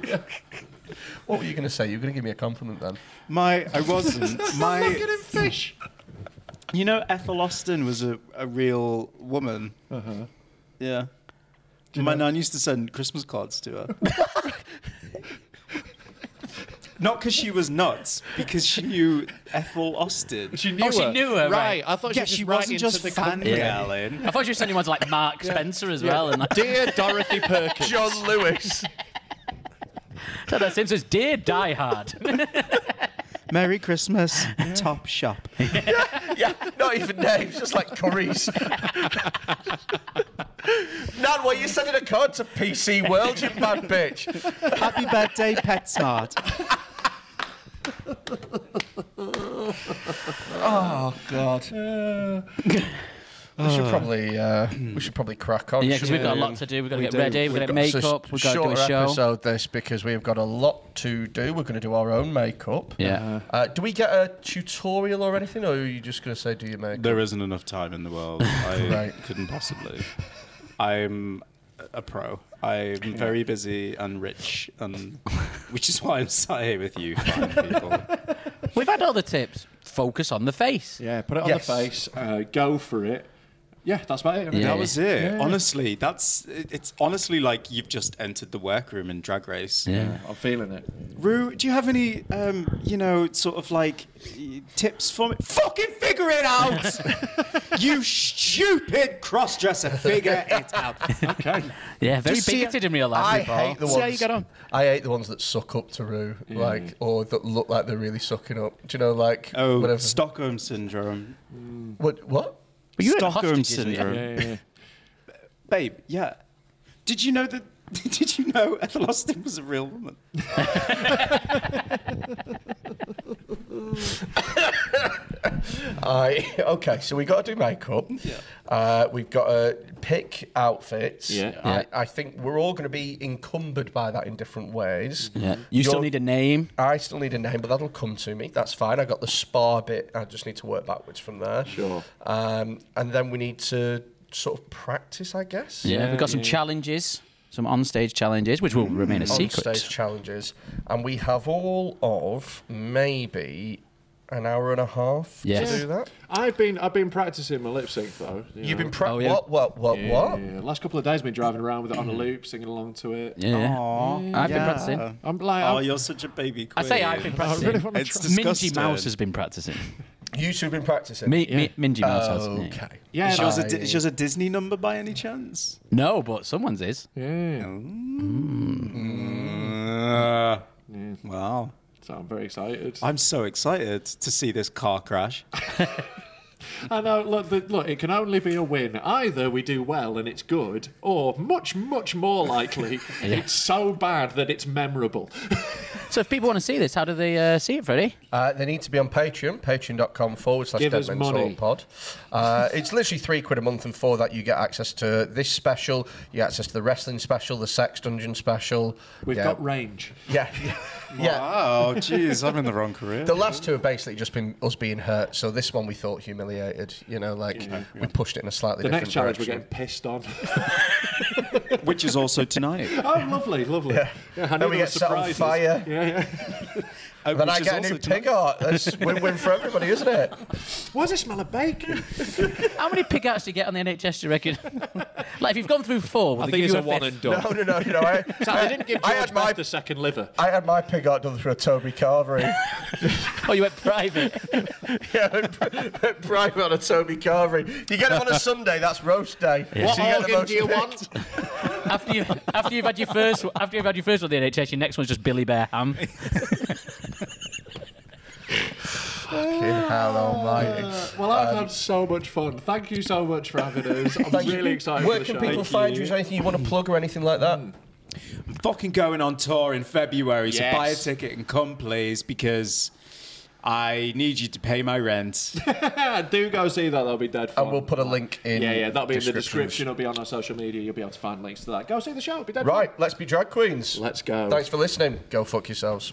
Speaker 5: What were you going to say? You were going to give me a compliment then.
Speaker 6: My, I wasn't.
Speaker 3: Look
Speaker 6: My,
Speaker 3: at him fish.
Speaker 6: you know, Ethel Austin was a, a real woman.
Speaker 3: Uh-huh.
Speaker 6: Yeah. My nan used to send Christmas cards to her. Not because she was nuts, because she knew Ethel Austin.
Speaker 3: She knew
Speaker 9: she
Speaker 3: her.
Speaker 9: knew her, right.
Speaker 3: I thought
Speaker 6: yeah,
Speaker 3: she,
Speaker 6: she
Speaker 3: was
Speaker 6: wasn't
Speaker 3: just right
Speaker 6: just
Speaker 3: into the
Speaker 6: fan
Speaker 3: company.
Speaker 6: girling.
Speaker 9: I thought you were sending ones like Mark Spencer as well. And like,
Speaker 3: Dear Dorothy Perkins.
Speaker 5: John Lewis.
Speaker 9: so that Simpsons, dear Die Hard.
Speaker 6: Merry Christmas, Top Shop.
Speaker 5: yeah, not even names, just like curries. Nan, why you sending a card to PC World, you mad bitch?
Speaker 6: Happy birthday, PetSmart.
Speaker 5: Oh God. we should probably uh, we should probably crack on.
Speaker 9: Yeah, because we've
Speaker 5: shouldn't
Speaker 9: got a
Speaker 5: we?
Speaker 9: lot to do. We've got to
Speaker 5: We
Speaker 9: get
Speaker 5: do.
Speaker 9: ready. We've got to
Speaker 5: so
Speaker 9: make up. We've got to do
Speaker 5: shorter
Speaker 9: a show.
Speaker 5: episode this because we have got a lot to do. We're going to do our own makeup.
Speaker 9: Yeah.
Speaker 5: Uh, do we get a tutorial or anything, or are you just going to say do your makeup?
Speaker 6: There isn't enough time in the world. I
Speaker 5: Right.
Speaker 6: couldn't possibly. I'm a pro. I'm very busy and rich, and which is why I'm sat here with you, fine people.
Speaker 9: We've had all the tips. Focus on the face.
Speaker 3: Yeah, put it on
Speaker 5: Yes.
Speaker 3: the face. Uh, go for it. Yeah, that's about it.
Speaker 9: Yeah.
Speaker 6: That was it. Honestly, that's it- it's honestly like you've just entered the workroom in Drag Race.
Speaker 9: Yeah.
Speaker 3: I'm feeling it.
Speaker 6: Rue, do you have any, um, you know, sort of like eh, tips for me? Fucking figure it out! you stupid cross-dresser, figure it out.
Speaker 3: Okay.
Speaker 9: Yeah, very
Speaker 6: Just see-
Speaker 9: bigoted in real life.
Speaker 5: I
Speaker 9: people.
Speaker 5: hate the
Speaker 9: See
Speaker 5: ones.
Speaker 9: how you get on.
Speaker 5: I hate the ones that suck up to Rue, like or that look like they're really sucking up. Do you know, like
Speaker 6: Oh,
Speaker 5: whatever.
Speaker 6: Stockholm syndrome.
Speaker 5: What? What?
Speaker 9: But you had
Speaker 6: Stockholm
Speaker 9: hostages, weren't you?
Speaker 6: syndrome.
Speaker 3: Yeah, yeah, yeah.
Speaker 6: Babe, yeah. Did you know that? Did you know Ethel Austin was a real woman?
Speaker 5: I okay. So we got to do makeup. Uh, we've got to pick outfits.
Speaker 3: Yeah.
Speaker 5: I,
Speaker 9: Yeah.
Speaker 5: I think we're all going to be encumbered by that in different ways.
Speaker 9: Yeah. You still
Speaker 5: You're-
Speaker 9: need a name.
Speaker 5: I still need a name, but that'll come to me. That's fine. I got the spa bit. I just need to work backwards from there.
Speaker 3: Sure.
Speaker 5: Um, and then we need to sort of practice, I guess.
Speaker 9: Yeah, we've got some challenges, some on-stage challenges, which will remain a secret.
Speaker 5: stage challenges, and we have all of maybe an hour and a half
Speaker 9: Yes.
Speaker 5: to do that.
Speaker 3: I've been I've been practicing my lip sync though. you
Speaker 5: You've
Speaker 3: know.
Speaker 5: been pre-
Speaker 9: Oh, yeah.
Speaker 5: what, what, what,
Speaker 3: Yeah,
Speaker 5: what?
Speaker 3: yeah, yeah. Last couple of days, been driving around with it on a loop, singing along to it.
Speaker 9: Yeah. I've been practicing.
Speaker 3: I'm like,
Speaker 6: Oh,
Speaker 3: I'm-
Speaker 6: you're such a baby
Speaker 9: I
Speaker 6: queen.
Speaker 9: say I've been practicing.
Speaker 3: really wanna
Speaker 6: It's try. disgusting.
Speaker 9: Mingy Mouse has been practicing.
Speaker 5: You two have been practicing. Oh,
Speaker 9: Mi- Mi- Mingy Mouse has. yeah.
Speaker 5: Okay.
Speaker 3: yeah,
Speaker 6: Is
Speaker 3: no,
Speaker 6: yours, a, Di- is yours a Disney number by any chance?
Speaker 9: No, but someone's is.
Speaker 3: yeah.
Speaker 6: Uh, Wow.
Speaker 3: So I'm very excited.
Speaker 6: I'm so excited to see this car crash.
Speaker 3: I know. Look, the, look, it can only be a win. Either we do well and it's good, or much, much more likely, it's so bad that it's memorable.
Speaker 9: So if people want to see this, how do they uh, see it, Freddie?
Speaker 5: Uh, they need to be on Patreon, patreon.com forward slash
Speaker 3: Give us
Speaker 5: Deadman
Speaker 3: money.
Speaker 5: Talk Pod. Uh, it's literally three quid a month, and for that, you get access to this special, you get access to the wrestling special, the sex dungeon special.
Speaker 3: We've
Speaker 5: yeah.
Speaker 3: got range.
Speaker 5: Yeah. yeah. yeah.
Speaker 6: Wow, jeez, Oh, I'm in the wrong career.
Speaker 5: The last two have basically just been us being hurt, so this one we thought humiliated. You know, like we pushed it in a slightly
Speaker 3: The
Speaker 5: different
Speaker 3: next challenge, we're
Speaker 5: direction.
Speaker 3: getting pissed on.
Speaker 6: Which is also tonight.
Speaker 3: oh, lovely, lovely. Yeah. I knew
Speaker 5: Then we
Speaker 3: there were
Speaker 5: get set on
Speaker 3: surprises.
Speaker 5: fire.
Speaker 3: Yeah. yeah.
Speaker 6: Uh,
Speaker 5: then
Speaker 6: which
Speaker 5: I
Speaker 6: is
Speaker 5: get a
Speaker 6: also
Speaker 5: new
Speaker 6: tonight.
Speaker 5: pig art. That's win-win for everybody, isn't it?
Speaker 3: Why does it smell of bacon?
Speaker 9: How many pig outs do you get on the NHS, do you reckon? like, if you've gone through four, will
Speaker 3: I
Speaker 9: they
Speaker 3: think
Speaker 9: give
Speaker 3: it's
Speaker 9: you
Speaker 3: a one
Speaker 9: fifth?
Speaker 3: and done.
Speaker 5: No, no, no, no. I,
Speaker 3: So
Speaker 5: I,
Speaker 3: they didn't give
Speaker 5: I
Speaker 3: George
Speaker 5: had my
Speaker 3: Best a second liver.
Speaker 5: I had my pig art done through a Toby Carvery.
Speaker 9: oh, you went private.
Speaker 5: yeah, I went pri- went private on a Toby Carvery. You get them on a Sunday. That's roast day.
Speaker 9: What
Speaker 5: get the
Speaker 9: organ
Speaker 5: most
Speaker 9: do you
Speaker 5: picked.
Speaker 9: want? after you after you've had your first after you've had your first one on the NHS, your next one's just Billy Bear Ham.
Speaker 5: Fucking hell almighty.
Speaker 3: Uh, Well, I've had so much fun. Thank you so much for having us. I'm really excited
Speaker 5: Where
Speaker 3: for the
Speaker 5: can
Speaker 3: show. Mm,
Speaker 5: people find you? Is there anything you want to plug or anything like that?
Speaker 6: I'm fucking going on tour in February,
Speaker 3: Yes.
Speaker 6: so buy a ticket and come, please, because I need you to pay my rent.
Speaker 3: Do go see that. That'll be dead fun.
Speaker 5: And we'll put a link in.
Speaker 3: yeah, yeah, that'll be in the
Speaker 5: descriptions.
Speaker 3: description. It'll be on our social media. You'll be able to find links to that. Go see the show. It'll be dead
Speaker 5: Right, let's be drag queens.
Speaker 3: Let's go.
Speaker 5: Thanks for listening. Go fuck yourselves.